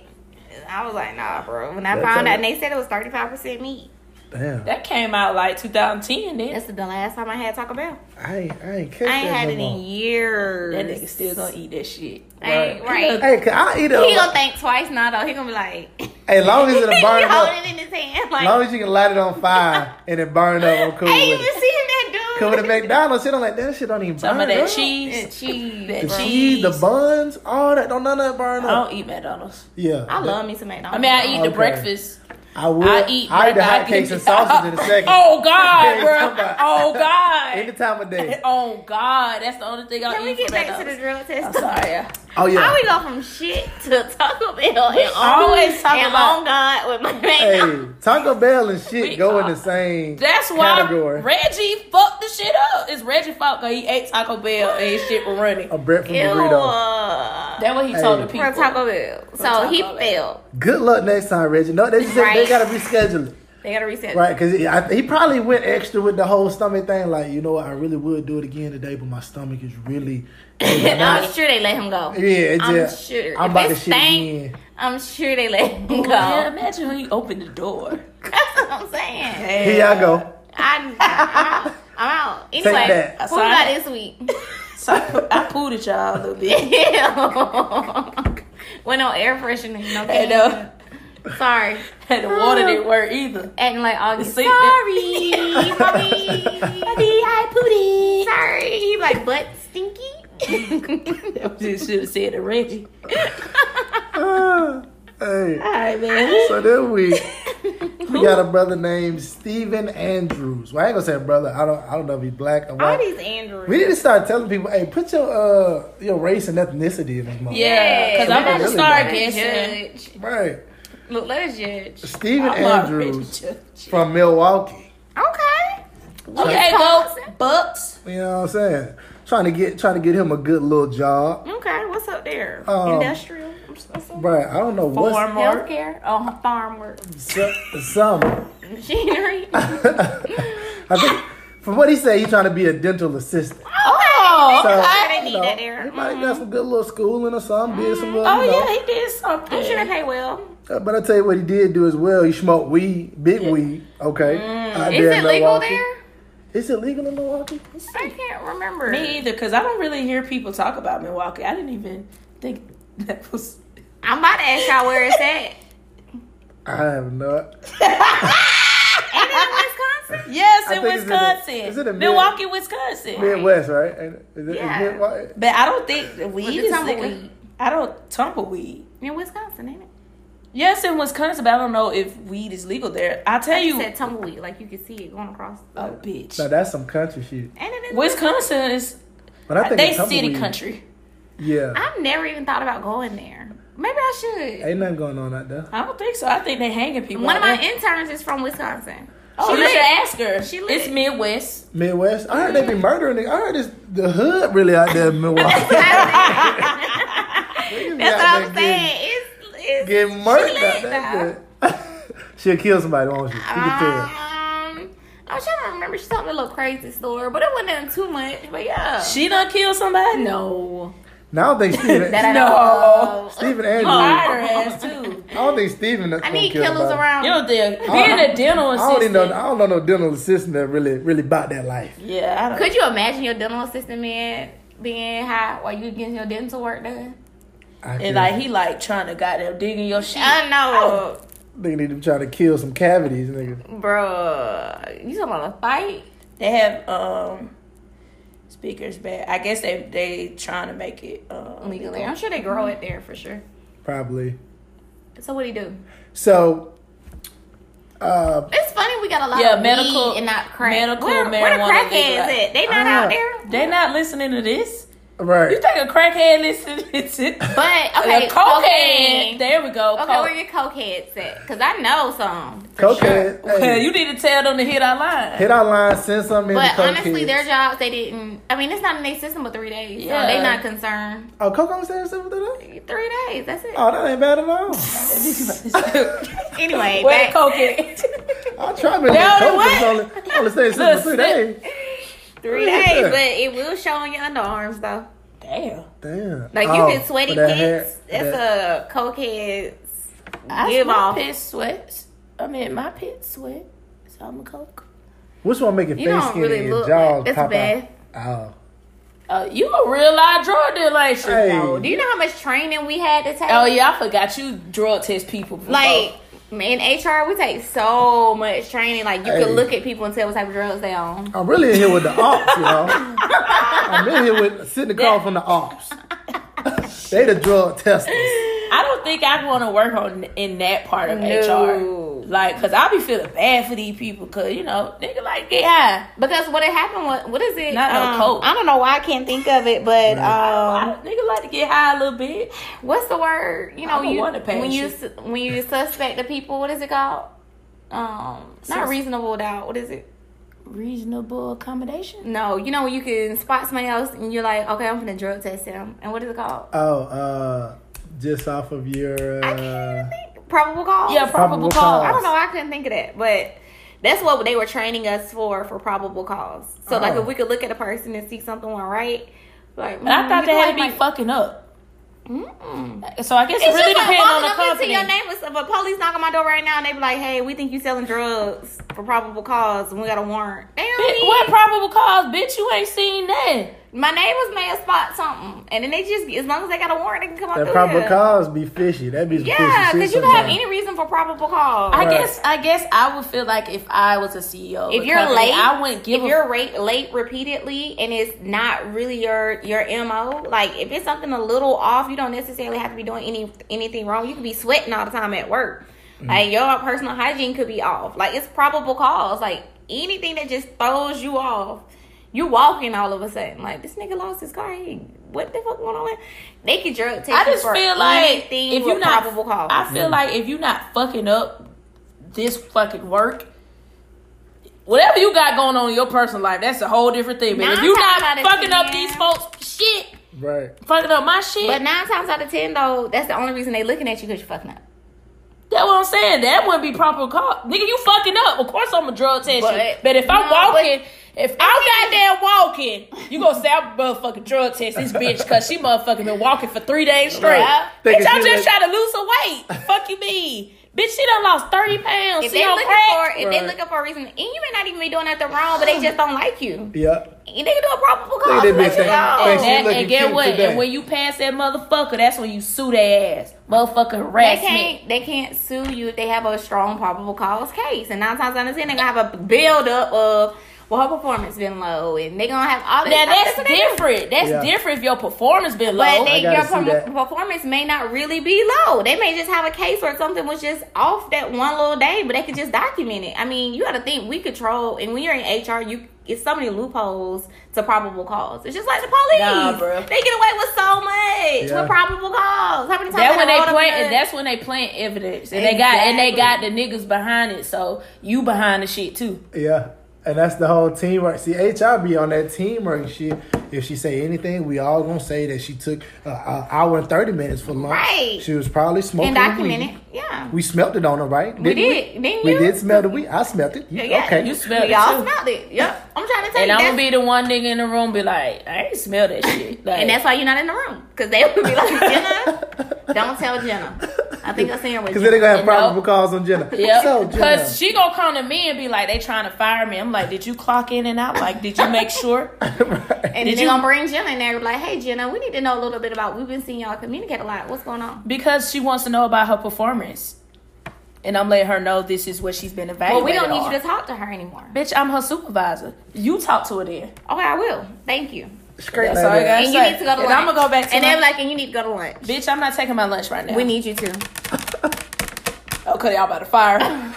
[SPEAKER 2] I was like, nah, bro. When I
[SPEAKER 6] That's
[SPEAKER 2] found
[SPEAKER 6] all-
[SPEAKER 2] out, and they said it was 35% meat.
[SPEAKER 6] Damn,
[SPEAKER 3] That came out like 2010. Then
[SPEAKER 2] That's the last time I had Taco Bell.
[SPEAKER 6] I ain't I ain't catch
[SPEAKER 2] I ain't
[SPEAKER 6] that
[SPEAKER 2] had
[SPEAKER 6] no
[SPEAKER 2] it
[SPEAKER 6] more.
[SPEAKER 2] in years.
[SPEAKER 3] that nigga still gonna eat that shit.
[SPEAKER 2] I ain't- right.
[SPEAKER 6] Hey, can I eat
[SPEAKER 2] He gonna
[SPEAKER 6] it?
[SPEAKER 2] think twice now, though. He gonna be
[SPEAKER 6] <laughs>
[SPEAKER 2] like,
[SPEAKER 6] As
[SPEAKER 3] <laughs>
[SPEAKER 6] long as
[SPEAKER 2] <laughs>
[SPEAKER 6] it
[SPEAKER 2] he
[SPEAKER 6] burn
[SPEAKER 2] holding
[SPEAKER 6] up,
[SPEAKER 2] it in his hand.
[SPEAKER 6] as long
[SPEAKER 2] Like,
[SPEAKER 6] as you can light it on fire and it burn up, I'm cool
[SPEAKER 2] I ain't
[SPEAKER 6] with
[SPEAKER 2] even
[SPEAKER 6] it.
[SPEAKER 2] seen that dude.
[SPEAKER 6] Cause with the McDonald's, shit, I'm like that shit don't even
[SPEAKER 3] Some
[SPEAKER 6] burn
[SPEAKER 3] of that
[SPEAKER 6] up.
[SPEAKER 3] cheese.
[SPEAKER 2] And cheese.
[SPEAKER 3] That
[SPEAKER 6] The
[SPEAKER 2] bro.
[SPEAKER 6] cheese, the buns, all that don't none of that burn
[SPEAKER 3] I
[SPEAKER 6] up.
[SPEAKER 3] don't eat McDonald's.
[SPEAKER 6] Yeah,
[SPEAKER 2] I love me some
[SPEAKER 3] Oh, I
[SPEAKER 2] McDonald's.
[SPEAKER 3] mean, I eat the
[SPEAKER 6] Okay.
[SPEAKER 3] breakfast.
[SPEAKER 6] I will.
[SPEAKER 3] I eat.
[SPEAKER 6] I eat the
[SPEAKER 3] like,
[SPEAKER 6] hot cakes and sausage
[SPEAKER 3] <laughs>
[SPEAKER 6] in a second.
[SPEAKER 3] Oh God,
[SPEAKER 6] <laughs> Yeah,
[SPEAKER 3] bro.
[SPEAKER 6] somebody-
[SPEAKER 3] Oh God.
[SPEAKER 6] Any time
[SPEAKER 3] <laughs>
[SPEAKER 6] of day.
[SPEAKER 3] Oh God, that's the only thing I'll
[SPEAKER 2] Can we
[SPEAKER 3] eat
[SPEAKER 2] get
[SPEAKER 3] from
[SPEAKER 2] back to the
[SPEAKER 3] McDonald's.
[SPEAKER 2] drill
[SPEAKER 3] I'm
[SPEAKER 2] test?
[SPEAKER 3] sorry.
[SPEAKER 2] <laughs>
[SPEAKER 6] Oh yeah.
[SPEAKER 2] How we go from shit to Taco Bell and
[SPEAKER 3] always
[SPEAKER 2] always
[SPEAKER 3] talk
[SPEAKER 2] and
[SPEAKER 3] about-
[SPEAKER 2] long God with my McDonald's?
[SPEAKER 6] Hey, Taco Bell and shit
[SPEAKER 3] We
[SPEAKER 6] go
[SPEAKER 3] are-
[SPEAKER 6] in the same
[SPEAKER 3] That's why
[SPEAKER 6] category.
[SPEAKER 3] Reggie fucked the shit up. It's Reggie fault because he ate Taco Bell and his shit was running.
[SPEAKER 6] a bread from
[SPEAKER 2] Ew.
[SPEAKER 6] burrito.
[SPEAKER 3] That's what he told the
[SPEAKER 6] Hey.
[SPEAKER 3] people.
[SPEAKER 2] From Taco Bell. So
[SPEAKER 3] Taco
[SPEAKER 2] he
[SPEAKER 3] Bell.
[SPEAKER 2] failed.
[SPEAKER 6] Good luck next time, Reggie. No, they just said they
[SPEAKER 2] Right.
[SPEAKER 6] gotta reschedule,
[SPEAKER 2] They gotta reset.
[SPEAKER 6] right? Because he, I- he probably went extra with the whole stomach thing. Like, you know, what, I really would do it again today, but my stomach is really.
[SPEAKER 2] <coughs> I'm sure they let him go.
[SPEAKER 6] Yeah, it's
[SPEAKER 2] I'm
[SPEAKER 6] just-
[SPEAKER 2] sure.
[SPEAKER 6] I'm
[SPEAKER 2] If
[SPEAKER 6] about
[SPEAKER 2] it
[SPEAKER 6] to shit
[SPEAKER 2] stank,
[SPEAKER 6] again.
[SPEAKER 2] I'm sure they let him go.
[SPEAKER 3] Yeah, imagine when he opened the door.
[SPEAKER 2] That's what I'm
[SPEAKER 6] <laughs>
[SPEAKER 2] saying.
[SPEAKER 6] Here y'all go.
[SPEAKER 2] I, I'm out. I'm out. Anyway,
[SPEAKER 6] that.
[SPEAKER 2] who we got this week?
[SPEAKER 3] So I pooed at y'all a little bit.
[SPEAKER 2] <laughs> Ew. Went on air freshening. No,
[SPEAKER 3] And,
[SPEAKER 2] okay.
[SPEAKER 3] uh,
[SPEAKER 2] Sorry.
[SPEAKER 3] and
[SPEAKER 2] <laughs>
[SPEAKER 3] the water didn't work either.
[SPEAKER 2] Acting like August.
[SPEAKER 3] See-
[SPEAKER 2] Sorry. Mommy. Mommy, hi, Pootie. Sorry. He like, butt stinky.
[SPEAKER 3] Just should have said to Reggie.
[SPEAKER 6] Ah, hey.
[SPEAKER 3] All right, man.
[SPEAKER 6] So
[SPEAKER 2] <laughs>
[SPEAKER 6] then we we got a brother named Steven Andrews. Well, I ain't gonna say brother. I don't. I don't know if he's black or
[SPEAKER 2] All
[SPEAKER 6] white.
[SPEAKER 2] these Andrews.
[SPEAKER 6] We need to start telling people, hey, put your uh your race and ethnicity in this motherfucker.
[SPEAKER 3] Yeah, because I'm
[SPEAKER 6] Yeah,
[SPEAKER 3] going to
[SPEAKER 6] really
[SPEAKER 3] start
[SPEAKER 6] bad.
[SPEAKER 3] guessing.
[SPEAKER 2] Judge.
[SPEAKER 6] Right.
[SPEAKER 2] Look, let us judge.
[SPEAKER 6] Steven
[SPEAKER 3] I'm
[SPEAKER 2] <laughs>
[SPEAKER 3] already
[SPEAKER 6] Andrews
[SPEAKER 3] judging.
[SPEAKER 6] from Milwaukee.
[SPEAKER 2] Okay.
[SPEAKER 3] Okay, go Bucks.
[SPEAKER 6] You know what I'm saying? Trying to get trying to get him a good little job.
[SPEAKER 2] Okay, what's up there?
[SPEAKER 6] Um,
[SPEAKER 2] Industrial? I'm s- I'm sorry.
[SPEAKER 6] Bruh, I don't know what's
[SPEAKER 3] Farm work.
[SPEAKER 2] Healthcare? Oh, farm work.
[SPEAKER 6] so- <laughs> some. <laughs>
[SPEAKER 2] Machinery?
[SPEAKER 6] I think from what he said, he's trying to be a dental assistant.
[SPEAKER 2] <laughs> Oh,
[SPEAKER 6] So,
[SPEAKER 2] okay. They
[SPEAKER 6] you
[SPEAKER 2] need
[SPEAKER 6] know,
[SPEAKER 2] that Mm-hmm. there.
[SPEAKER 6] He might got some good little schooling or something. Did some little.
[SPEAKER 3] Oh,
[SPEAKER 6] you know.
[SPEAKER 3] yeah, he did something.
[SPEAKER 2] I'm sure they pay well.
[SPEAKER 6] Uh, But I tell you what, he did do as well. He smoked weed, big weed. Okay, out
[SPEAKER 2] Mm. Is
[SPEAKER 6] there in
[SPEAKER 2] it legal
[SPEAKER 6] Milwaukee.
[SPEAKER 2] there?
[SPEAKER 6] Is it legal in Milwaukee?
[SPEAKER 2] I can't remember.
[SPEAKER 3] Me either, because I don't really hear people talk about Milwaukee. I didn't even think that was.
[SPEAKER 2] I'm about to ask y'all where it's <laughs> at.
[SPEAKER 6] I have not.
[SPEAKER 2] Ain't it in Wisconsin?
[SPEAKER 3] Yes,
[SPEAKER 6] I
[SPEAKER 3] in
[SPEAKER 6] think it's in the-
[SPEAKER 3] Wisconsin.
[SPEAKER 6] is it in mid-
[SPEAKER 3] Milwaukee, Wisconsin.
[SPEAKER 6] Midwest, right? And Is it,
[SPEAKER 2] Yeah.
[SPEAKER 6] is Midwest?
[SPEAKER 3] But I don't think the weed
[SPEAKER 2] the
[SPEAKER 3] is
[SPEAKER 2] tumbleweed.
[SPEAKER 3] legal. I don't tumbleweed.
[SPEAKER 2] In Wisconsin, ain't it?
[SPEAKER 3] Yes, in Wisconsin, but I don't know if weed is legal there. I tell
[SPEAKER 2] You
[SPEAKER 3] you,
[SPEAKER 2] said tumbleweed, like you could see it going across.
[SPEAKER 3] oh bitch,
[SPEAKER 6] No, that's some country shit.
[SPEAKER 2] Ain't it in
[SPEAKER 3] Wisconsin is
[SPEAKER 6] But
[SPEAKER 2] Uh,
[SPEAKER 6] I think
[SPEAKER 3] they
[SPEAKER 6] it's
[SPEAKER 3] city
[SPEAKER 6] tumbleweed.
[SPEAKER 3] country.
[SPEAKER 6] Yeah,
[SPEAKER 2] I've never even thought about going there. Maybe I should.
[SPEAKER 6] ain't nothing going on out there.
[SPEAKER 3] I don't think so. I think they hanging people.
[SPEAKER 2] One of
[SPEAKER 3] out
[SPEAKER 2] my
[SPEAKER 3] there.
[SPEAKER 2] interns is from Wisconsin.
[SPEAKER 3] oh,
[SPEAKER 2] she
[SPEAKER 3] you should
[SPEAKER 2] lit.
[SPEAKER 3] ask her.
[SPEAKER 2] She lit.
[SPEAKER 3] it's Midwest.
[SPEAKER 6] Midwest. I heard they be murdering. It. I heard it's the hood really out there
[SPEAKER 2] <laughs>
[SPEAKER 6] in Milwaukee.
[SPEAKER 2] That's what I'm saying. It's, it's
[SPEAKER 6] Get
[SPEAKER 2] she
[SPEAKER 6] murdered
[SPEAKER 2] lit,
[SPEAKER 6] out there. good. <laughs> She'll kill somebody, won't she? You can
[SPEAKER 2] though.
[SPEAKER 6] tell.
[SPEAKER 2] Um, I was trying to remember. She told me a little crazy story, but it wasn't nothing too much. But yeah,
[SPEAKER 3] She done killed somebody. No,
[SPEAKER 6] Now I don't think
[SPEAKER 2] <laughs>
[SPEAKER 6] Stephen.
[SPEAKER 2] That I
[SPEAKER 3] No.
[SPEAKER 2] don't know.
[SPEAKER 6] Stephen Andrews.
[SPEAKER 3] hide
[SPEAKER 6] I
[SPEAKER 3] her ass too.
[SPEAKER 6] don't think Stephen.
[SPEAKER 2] I need killers around.
[SPEAKER 3] Oh. You know, the, being a dental
[SPEAKER 6] I don't even
[SPEAKER 3] assistant.
[SPEAKER 6] know. I don't know no dental assistant that really, really bought that life.
[SPEAKER 3] Yeah, I don't.
[SPEAKER 2] Could you imagine your dental assistant man being high while you getting your dental work done?
[SPEAKER 6] I
[SPEAKER 3] And
[SPEAKER 6] can't-
[SPEAKER 3] like he like trying to goddamn dig in your shit.
[SPEAKER 2] I know,
[SPEAKER 6] They need to try to kill some cavities, nigga.
[SPEAKER 2] bruh. You talking about a fight?
[SPEAKER 3] They have um speakers back. I guess they they trying to make it uh,
[SPEAKER 2] legally. I'm sure they grow it there for sure.
[SPEAKER 6] Probably.
[SPEAKER 2] So what do you do?
[SPEAKER 6] So uh,
[SPEAKER 2] It's funny we got a lot
[SPEAKER 3] Yeah,
[SPEAKER 2] of
[SPEAKER 3] medical-
[SPEAKER 2] weed and not crack.
[SPEAKER 3] medical
[SPEAKER 2] where, Where the
[SPEAKER 3] marijuana
[SPEAKER 2] crack is
[SPEAKER 3] legal.
[SPEAKER 2] at? They not
[SPEAKER 6] Ah.
[SPEAKER 2] out there.
[SPEAKER 3] Uh-huh. They not listening to this.
[SPEAKER 6] right.
[SPEAKER 3] You think a crackhead <laughs> listening to?
[SPEAKER 2] But
[SPEAKER 3] Okay,
[SPEAKER 2] okay,
[SPEAKER 3] cocaine.
[SPEAKER 2] cocaine.
[SPEAKER 3] There we go.
[SPEAKER 2] Okay,
[SPEAKER 3] coke.
[SPEAKER 2] where your cokeheads at? Cause I know some.
[SPEAKER 6] Cokehead.
[SPEAKER 3] Well,
[SPEAKER 6] Hey,
[SPEAKER 3] you need to tell them to hit our line.
[SPEAKER 6] hit our line. Send something in
[SPEAKER 2] But
[SPEAKER 6] to
[SPEAKER 2] honestly,
[SPEAKER 6] Cokeheads.
[SPEAKER 2] their jobs they didn't. I mean, it's not in their system for three days.
[SPEAKER 3] Yeah.
[SPEAKER 2] so they not concerned.
[SPEAKER 6] Oh, Coco said something today.
[SPEAKER 2] Three days. That's it.
[SPEAKER 3] Uh,
[SPEAKER 6] Oh, that ain't bad
[SPEAKER 2] <laughs>
[SPEAKER 6] at all.
[SPEAKER 2] anyway,
[SPEAKER 3] Where
[SPEAKER 2] back,
[SPEAKER 3] the coke at? <laughs>
[SPEAKER 6] I try to make
[SPEAKER 3] Down to
[SPEAKER 6] Coke
[SPEAKER 3] what?
[SPEAKER 6] only, only say something
[SPEAKER 2] <laughs>
[SPEAKER 3] Look,
[SPEAKER 6] today.
[SPEAKER 2] three days, but it will show on your underarms though.
[SPEAKER 3] Damn.
[SPEAKER 6] Damn.
[SPEAKER 2] Like
[SPEAKER 6] Oh,
[SPEAKER 2] you can sweaty
[SPEAKER 6] for that hair-
[SPEAKER 2] pits. That's
[SPEAKER 6] that-
[SPEAKER 2] a cokehead.
[SPEAKER 3] I
[SPEAKER 2] Give
[SPEAKER 3] my
[SPEAKER 2] off.
[SPEAKER 3] pit sweats. I mean, my pit sweat. So I'm a coke.
[SPEAKER 6] Which one making
[SPEAKER 2] You
[SPEAKER 6] face
[SPEAKER 2] don't
[SPEAKER 6] skinny
[SPEAKER 2] really
[SPEAKER 6] and
[SPEAKER 2] look.
[SPEAKER 6] jaws
[SPEAKER 2] Like, that's
[SPEAKER 6] pop
[SPEAKER 2] bad.
[SPEAKER 6] out? Oh.
[SPEAKER 3] Uh, you a real live drug dealer, ain't you?
[SPEAKER 6] Hey.
[SPEAKER 2] Do you know how much training we had to take?
[SPEAKER 3] Oh yeah, I forgot you drug test people. before.
[SPEAKER 2] Like in HR, we take so much training. Like you
[SPEAKER 6] Hey.
[SPEAKER 2] can look at people and tell what type of drugs they on.
[SPEAKER 6] I'm really in
[SPEAKER 2] <laughs>
[SPEAKER 6] here with the ops, you know. I'm in here with sitting across from the ops. they the drug testers.
[SPEAKER 2] <laughs>
[SPEAKER 3] I don't think I want to work on in that part of
[SPEAKER 2] No.
[SPEAKER 3] HR. Like, cause I be feeling bad for these people. Cause you know, nigga, like get high.
[SPEAKER 2] Because what had happened was what is it?
[SPEAKER 3] Not no
[SPEAKER 2] Um,
[SPEAKER 3] coke.
[SPEAKER 2] I don't know why I can't think of it, but
[SPEAKER 3] I,
[SPEAKER 2] um,
[SPEAKER 3] nigga like to get high a little bit.
[SPEAKER 2] what's the word? You know,
[SPEAKER 3] I'm a
[SPEAKER 2] you
[SPEAKER 3] wonder
[SPEAKER 2] when you
[SPEAKER 3] patient.
[SPEAKER 2] su- when you suspect the people, what is it called? Um, not
[SPEAKER 3] Sus-
[SPEAKER 2] reasonable doubt. What is it?
[SPEAKER 3] Reasonable accommodation.
[SPEAKER 2] No, you know when you can spot somebody else and you're like, okay, I'm gonna drug test him. And what is it called?
[SPEAKER 6] Oh, uh, just off of your.
[SPEAKER 2] I
[SPEAKER 6] Uh,
[SPEAKER 2] can't think. Probable cause.
[SPEAKER 3] Yeah, probable
[SPEAKER 6] Probable
[SPEAKER 3] cause.
[SPEAKER 6] cause.
[SPEAKER 2] I don't know. I couldn't think of that, but that's what they were training us for for probable cause. So like,
[SPEAKER 6] Oh.
[SPEAKER 2] if we could look at a person and see something went right, like mm,
[SPEAKER 3] And I thought they had to be
[SPEAKER 2] like,
[SPEAKER 3] fucking up.
[SPEAKER 2] Mm-mm.
[SPEAKER 3] So I guess
[SPEAKER 2] It's
[SPEAKER 3] it really
[SPEAKER 2] just like
[SPEAKER 3] depends
[SPEAKER 2] walking
[SPEAKER 3] on the
[SPEAKER 2] up into
[SPEAKER 3] company.
[SPEAKER 2] your neighbors. If a police knock on my door right now and they be like, "Hey, we think you selling drugs for probable cause, and we got a warrant." Damn,
[SPEAKER 3] Bitch, What probable cause, bitch? You ain't seen that.
[SPEAKER 2] my neighbors may have spot something, and then they just as long as they got a warrant, they can come out.
[SPEAKER 6] that probable
[SPEAKER 2] there.
[SPEAKER 6] cause be fishy. That be some
[SPEAKER 2] Yeah,
[SPEAKER 6] fishy
[SPEAKER 2] because
[SPEAKER 6] shit
[SPEAKER 2] you can have
[SPEAKER 6] sometimes.
[SPEAKER 2] any reason for probable cause.
[SPEAKER 3] I
[SPEAKER 6] Right.
[SPEAKER 3] guess I guess I would feel like if I was a CEO, of
[SPEAKER 2] if
[SPEAKER 3] a
[SPEAKER 2] you're
[SPEAKER 3] company,
[SPEAKER 2] late,
[SPEAKER 3] I wouldn't give
[SPEAKER 2] if
[SPEAKER 3] a
[SPEAKER 2] you're rate, late repeatedly and it's not really your your mo. Like if it's something a little off, you don't necessarily have to be doing any anything wrong. You could be sweating all the time at work.
[SPEAKER 3] Mm-hmm.
[SPEAKER 2] Like your personal hygiene could be off. Like it's probable cause. Like anything that just throws you off. You walking all of a sudden like this nigga lost his car. He, what the fuck going on? They could drug test.
[SPEAKER 3] I
[SPEAKER 2] you
[SPEAKER 3] just
[SPEAKER 2] for
[SPEAKER 3] feel like
[SPEAKER 2] anything
[SPEAKER 3] if
[SPEAKER 2] with
[SPEAKER 3] you're not,
[SPEAKER 2] probable cause.
[SPEAKER 3] I feel like if you're not fucking up this fucking work, whatever you got going on in your personal life, that's a whole different thing. But
[SPEAKER 2] Now
[SPEAKER 3] if
[SPEAKER 2] I'm
[SPEAKER 3] you're
[SPEAKER 2] talking about
[SPEAKER 3] not
[SPEAKER 2] it,
[SPEAKER 3] fucking up
[SPEAKER 2] man.
[SPEAKER 3] these folks' shit,
[SPEAKER 6] Right.
[SPEAKER 3] fucking up my shit,
[SPEAKER 2] but nine times out of ten though, that's the only reason they looking at you because you're fucking up.
[SPEAKER 3] that's what I'm saying. That wouldn't be proper call, nigga. You fucking up. Of course I'm a drug test,
[SPEAKER 2] But-
[SPEAKER 3] you. but if I'm
[SPEAKER 2] no, but-
[SPEAKER 3] walking. if I'm goddamn walking, you gonna say I'm motherfucking drug test this bitch because she motherfucking been walking for three days straight.
[SPEAKER 2] Right.
[SPEAKER 3] Bitch,
[SPEAKER 6] Thinking
[SPEAKER 3] I
[SPEAKER 6] she
[SPEAKER 3] just
[SPEAKER 6] like-
[SPEAKER 3] trying to lose some weight. Fuck you, mean? Bitch, she done lost thirty pounds.
[SPEAKER 2] if
[SPEAKER 3] she
[SPEAKER 2] they
[SPEAKER 3] on
[SPEAKER 2] looking
[SPEAKER 3] crack.
[SPEAKER 2] for if they looking for a reason, and you may not even be doing nothing wrong, but they just don't like you.
[SPEAKER 6] Yeah.
[SPEAKER 2] And they can do a probable
[SPEAKER 6] Look
[SPEAKER 2] cause.
[SPEAKER 6] at
[SPEAKER 2] Let
[SPEAKER 6] that bitch
[SPEAKER 2] you
[SPEAKER 6] think-
[SPEAKER 2] go.
[SPEAKER 3] and,
[SPEAKER 6] think she
[SPEAKER 3] that,
[SPEAKER 6] looking
[SPEAKER 3] and get
[SPEAKER 6] cute
[SPEAKER 3] what?
[SPEAKER 6] today.
[SPEAKER 3] And when you pass that motherfucker, that's when you sue their ass. Motherfucking
[SPEAKER 2] They
[SPEAKER 3] harassment.
[SPEAKER 2] can't they can't sue you if they have a strong probable cause case. And nine times out of ten they're gonna have a build up of well her performance been low and they're gonna have all this.
[SPEAKER 3] Now
[SPEAKER 2] like,
[SPEAKER 3] that's
[SPEAKER 2] what they do.
[SPEAKER 3] different. That's
[SPEAKER 6] Yeah.
[SPEAKER 3] different if your performance been low.
[SPEAKER 2] But they,
[SPEAKER 6] Oh, gotta
[SPEAKER 2] your
[SPEAKER 6] see
[SPEAKER 2] perm-
[SPEAKER 6] that.
[SPEAKER 2] performance may not really be low. They may just have a case where something was just off that one little day, but they could just document it. I mean, you got to think we control, and when you're in HR, you it's so many loopholes to probable cause. It's just like the police.
[SPEAKER 3] Nah, bruh.
[SPEAKER 2] They get away with so much
[SPEAKER 6] Yeah.
[SPEAKER 2] with probable cause. How many times
[SPEAKER 3] That
[SPEAKER 2] they
[SPEAKER 3] when they
[SPEAKER 2] hold up
[SPEAKER 3] plant,
[SPEAKER 2] a-
[SPEAKER 3] and that's when they plant evidence, and they got and they got the niggas behind it. So you behind the shit too.
[SPEAKER 6] Yeah. And that's the whole teamwork. See, HR be on that teamwork shit. If she say anything, we all gonna say that she took an hour and 30 minutes for lunch.
[SPEAKER 2] Right.
[SPEAKER 6] She was probably smoking
[SPEAKER 2] and document
[SPEAKER 6] weed.
[SPEAKER 2] it. Yeah.
[SPEAKER 6] We smelt it on her, right?
[SPEAKER 2] We
[SPEAKER 6] Didn't
[SPEAKER 2] did, didn't
[SPEAKER 6] We
[SPEAKER 2] you?
[SPEAKER 6] did smell the weed. I smelt it. You-
[SPEAKER 2] Yeah,
[SPEAKER 6] okay.
[SPEAKER 3] You smelled it
[SPEAKER 2] Y'all
[SPEAKER 3] too.
[SPEAKER 2] smelled it. Yep. I'm trying to tell
[SPEAKER 3] And
[SPEAKER 2] you.
[SPEAKER 3] I'm
[SPEAKER 2] that's-
[SPEAKER 3] gonna be the one nigga in the room be like, I ain't smell that
[SPEAKER 2] <laughs>
[SPEAKER 3] shit. Like,
[SPEAKER 2] And
[SPEAKER 3] <laughs>
[SPEAKER 2] that's why you're not in the room. Because they would be like, Jenna,
[SPEAKER 6] <laughs>
[SPEAKER 2] don't tell Jenna. I think I seen her with
[SPEAKER 6] Because then
[SPEAKER 2] Jenna.
[SPEAKER 6] they gonna have
[SPEAKER 3] And no.
[SPEAKER 6] probable cause
[SPEAKER 2] <laughs>
[SPEAKER 6] on Jenna. So,
[SPEAKER 3] Yep.
[SPEAKER 6] Jenna,
[SPEAKER 3] Because
[SPEAKER 6] <laughs>
[SPEAKER 3] she gonna come to me and be like, they trying to fire me. I'm like, did you clock in and out? Like, did you
[SPEAKER 2] <laughs>
[SPEAKER 3] make sure?
[SPEAKER 2] And
[SPEAKER 3] Did
[SPEAKER 2] then they
[SPEAKER 3] you-
[SPEAKER 2] gonna bring Jenna in there and be like, hey Jenna, we need to know a little bit about we've been seeing y'all communicate a lot. What's going on?
[SPEAKER 3] Because she wants to know about her performance. and I'm letting her know this is what she's been
[SPEAKER 2] Well,
[SPEAKER 3] evaluated.
[SPEAKER 2] we don't need
[SPEAKER 3] on.
[SPEAKER 2] you to talk to her anymore.
[SPEAKER 3] Bitch, I'm her supervisor. You talk to her then.
[SPEAKER 2] Okay, I will. Thank you.
[SPEAKER 6] Straight
[SPEAKER 3] That's all I
[SPEAKER 6] like that.
[SPEAKER 3] got.
[SPEAKER 2] And you need to go to lunch.
[SPEAKER 3] I'm gonna go back to
[SPEAKER 2] And
[SPEAKER 3] my-
[SPEAKER 2] they're like, and you need to go to lunch.
[SPEAKER 3] Bitch, I'm not taking my lunch right now.
[SPEAKER 2] We need you to.
[SPEAKER 3] Okay, y'all about to fire.
[SPEAKER 2] And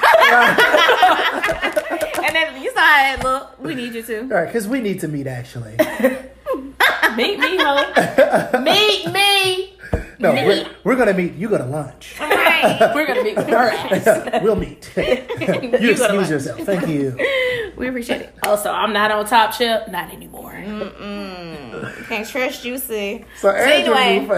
[SPEAKER 2] then you saw how it look. We need you to. <laughs>
[SPEAKER 6] All right, because we need to meet
[SPEAKER 3] <laughs>
[SPEAKER 6] actually.
[SPEAKER 3] Meet me, hoe. Meet me.
[SPEAKER 2] <laughs>
[SPEAKER 6] No, we're, we're gonna meet. You go to lunch.
[SPEAKER 2] Right.
[SPEAKER 3] We're gonna meet her ass.
[SPEAKER 6] <laughs>
[SPEAKER 2] <laughs>
[SPEAKER 6] we'll meet. you
[SPEAKER 2] You go to
[SPEAKER 6] excuse
[SPEAKER 2] lunch.
[SPEAKER 6] yourself.
[SPEAKER 2] <laughs>
[SPEAKER 6] Thank you.
[SPEAKER 2] We appreciate it.
[SPEAKER 3] Also, I'm not on top chip. Not anymore.
[SPEAKER 2] Can't trust you, see.
[SPEAKER 6] So Andrew, uh,
[SPEAKER 2] anyway.
[SPEAKER 6] goof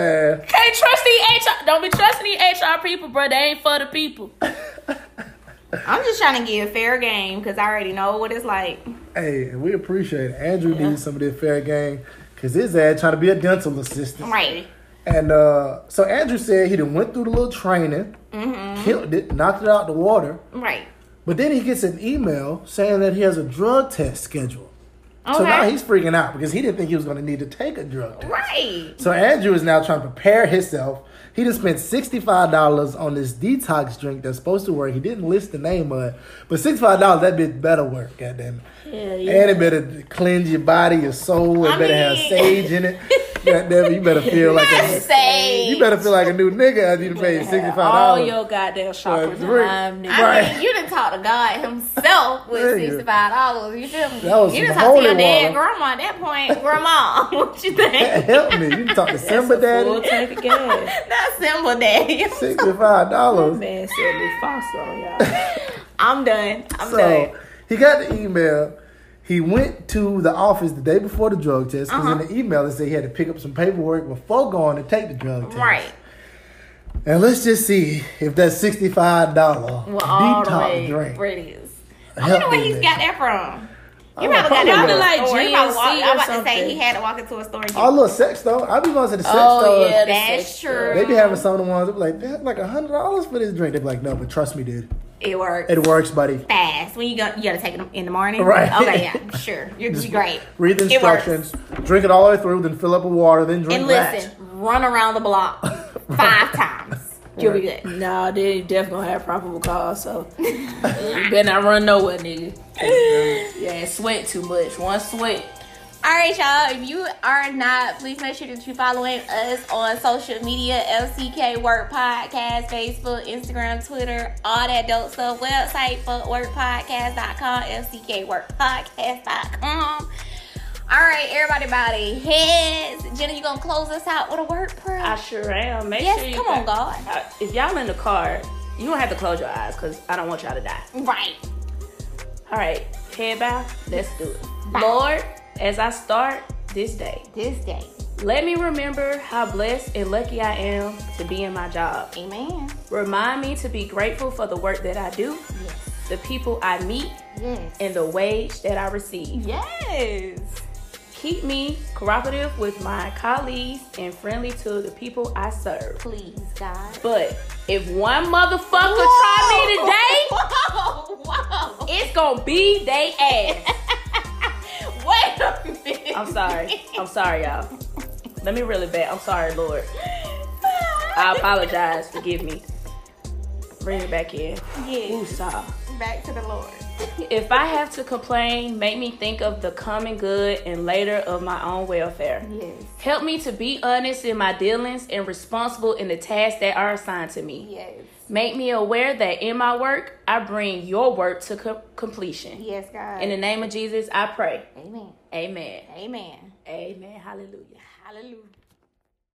[SPEAKER 6] ass.
[SPEAKER 3] Can't trust these HR. Don't be trusting these HR people, bro. They ain't for the people.
[SPEAKER 2] I'm just trying to give fair game because I already know what it's like.
[SPEAKER 6] Hey, we appreciate it. Andrew needs some of this fair game because his ass trying to be a dental assistant.
[SPEAKER 2] Right.
[SPEAKER 6] And uh, so Andrew said he done went through the little training,
[SPEAKER 2] Mm-hmm.
[SPEAKER 6] killed it, knocked it out the water.
[SPEAKER 2] Right.
[SPEAKER 6] But then he gets an email saying that he has a drug test scheduled.
[SPEAKER 2] Okay.
[SPEAKER 6] So now he's freaking out because he didn't think he was going to need to take a drug test.
[SPEAKER 2] right.
[SPEAKER 6] So Andrew is now trying to prepare himself. He just spent sixty-five dollars on this detox drink that's supposed to work. He didn't list the name of it, but sixty-five dollars that bit better work, goddamn. it. And it better cleanse your body, your soul. It
[SPEAKER 2] I
[SPEAKER 6] better have
[SPEAKER 2] mean-
[SPEAKER 6] sage in it. goddamn, it, you better feel like a
[SPEAKER 2] Say.
[SPEAKER 6] you better feel like a new nigga after you paid sixty-five
[SPEAKER 3] All
[SPEAKER 6] dollars.
[SPEAKER 3] Oh, your goddamn shoppers in
[SPEAKER 6] three.
[SPEAKER 3] line, nigga.
[SPEAKER 2] I
[SPEAKER 6] Right.
[SPEAKER 2] <laughs> mean, you didn't talk to God Himself with
[SPEAKER 6] Yeah.
[SPEAKER 2] sixty five dollars. You feel me?
[SPEAKER 6] That was
[SPEAKER 2] you
[SPEAKER 6] some
[SPEAKER 2] didn't talk to your
[SPEAKER 6] holy
[SPEAKER 2] dead
[SPEAKER 6] water.
[SPEAKER 2] grandma at that point. Grandma, <laughs> what you
[SPEAKER 6] <laughs>
[SPEAKER 2] think?
[SPEAKER 6] Help me! You can talk to Simba
[SPEAKER 3] Full
[SPEAKER 6] Daddy.
[SPEAKER 3] tank of gas. <laughs>
[SPEAKER 2] That's simple, Daddy.
[SPEAKER 6] Sixty-five dollars.
[SPEAKER 3] Man said Mufasa on y'all.
[SPEAKER 2] I'm done. I'm
[SPEAKER 6] So
[SPEAKER 2] done.
[SPEAKER 6] he got the email. He went to the office the day before the drug test because
[SPEAKER 2] Uh-huh.
[SPEAKER 6] in the email it said he had to pick up some paperwork before going to take the drug test.
[SPEAKER 2] Right.
[SPEAKER 6] And let's just see if that sixty-five dollar
[SPEAKER 2] Well, all the
[SPEAKER 6] detox
[SPEAKER 2] way
[SPEAKER 6] drink.
[SPEAKER 2] where it is. I
[SPEAKER 6] helped
[SPEAKER 2] wonder where
[SPEAKER 6] him
[SPEAKER 2] he's
[SPEAKER 6] there.
[SPEAKER 2] got that from. You
[SPEAKER 6] Oh,
[SPEAKER 2] probably got
[SPEAKER 6] probably
[SPEAKER 2] that from
[SPEAKER 3] like
[SPEAKER 2] like store. He probably
[SPEAKER 3] GNC
[SPEAKER 2] walked- I was
[SPEAKER 3] or
[SPEAKER 2] about to say he
[SPEAKER 3] something.
[SPEAKER 2] had to walk into a store. and get-
[SPEAKER 6] All little sex though. I be going to the sex
[SPEAKER 3] Oh
[SPEAKER 6] stores.
[SPEAKER 3] yeah, the
[SPEAKER 2] That's
[SPEAKER 3] sex
[SPEAKER 2] true.
[SPEAKER 6] They be having some of the ones that be like, they have like hundred dollars for this drink. They be like, no, but trust me, dude,
[SPEAKER 2] it works.
[SPEAKER 6] it works, buddy.
[SPEAKER 2] Fast when you go, you gotta take it in the morning.
[SPEAKER 6] Right.
[SPEAKER 2] Okay.
[SPEAKER 6] <laughs>
[SPEAKER 2] Yeah. Sure. You're you're great.
[SPEAKER 6] Read the
[SPEAKER 2] It works.
[SPEAKER 6] instructions, drink it all the way through, then fill up with water, then drink
[SPEAKER 2] And
[SPEAKER 6] that.
[SPEAKER 2] listen, run around the
[SPEAKER 6] <laughs>
[SPEAKER 2] block five times. You'll be good.
[SPEAKER 3] No, nah, they definitely gonna have probable cause, so you better not run nowhere, nigga. <laughs> yeah, sweat too much. One sweat.
[SPEAKER 2] All right, y'all. If you are not, please make sure that you're following us on social media LCK Work Podcast, Facebook, Instagram, Twitter, all that dope stuff. Website, footworkpodcast.com, LCKWorkPodcast.com. All right, everybody, body heads. Jenna, you gonna close us out with a word prayer?
[SPEAKER 3] I sure am. Make sure
[SPEAKER 2] yes,
[SPEAKER 3] you
[SPEAKER 2] come on, God.
[SPEAKER 3] Uh, if y'all in the car, you don't have to close your eyes because I don't want y'all to die.
[SPEAKER 2] Right.
[SPEAKER 3] All right, head bow. Let's do it.
[SPEAKER 2] Bow.
[SPEAKER 3] Lord, as I start this day,
[SPEAKER 2] This day.
[SPEAKER 3] let me remember how blessed and lucky I am to be in my job.
[SPEAKER 2] Amen.
[SPEAKER 3] Remind me to be grateful for the work that I do,
[SPEAKER 2] Yes.
[SPEAKER 3] the people I meet,
[SPEAKER 2] Yes.
[SPEAKER 3] and the wage that I receive.
[SPEAKER 2] Yes.
[SPEAKER 3] Keep me cooperative with my colleagues and friendly to the people I serve.
[SPEAKER 2] Please, God.
[SPEAKER 3] But if one motherfucker try me today,
[SPEAKER 2] Whoa, <laughs> whoa.
[SPEAKER 3] it's gonna be they
[SPEAKER 2] <laughs>
[SPEAKER 3] ass.
[SPEAKER 2] Wait a minute.
[SPEAKER 3] I'm sorry. I'm sorry, y'all. Let me really bad. I'm sorry, Lord. I apologize. Forgive me. Bring it back in. Ooh,
[SPEAKER 2] Yes.
[SPEAKER 3] sorry.
[SPEAKER 2] Back to the Lord.
[SPEAKER 3] If I have to complain, make me think of the common good and later of my own welfare.
[SPEAKER 2] Yes.
[SPEAKER 3] Help me to be honest in my dealings and responsible in the tasks that are assigned to me.
[SPEAKER 2] Yes.
[SPEAKER 3] Make me aware that in my work, I bring your work to co- completion.
[SPEAKER 2] Yes, God.
[SPEAKER 3] In the name of Jesus, I pray.
[SPEAKER 2] Amen.
[SPEAKER 3] Amen.
[SPEAKER 2] Amen.
[SPEAKER 3] Amen. Hallelujah.
[SPEAKER 2] Hallelujah.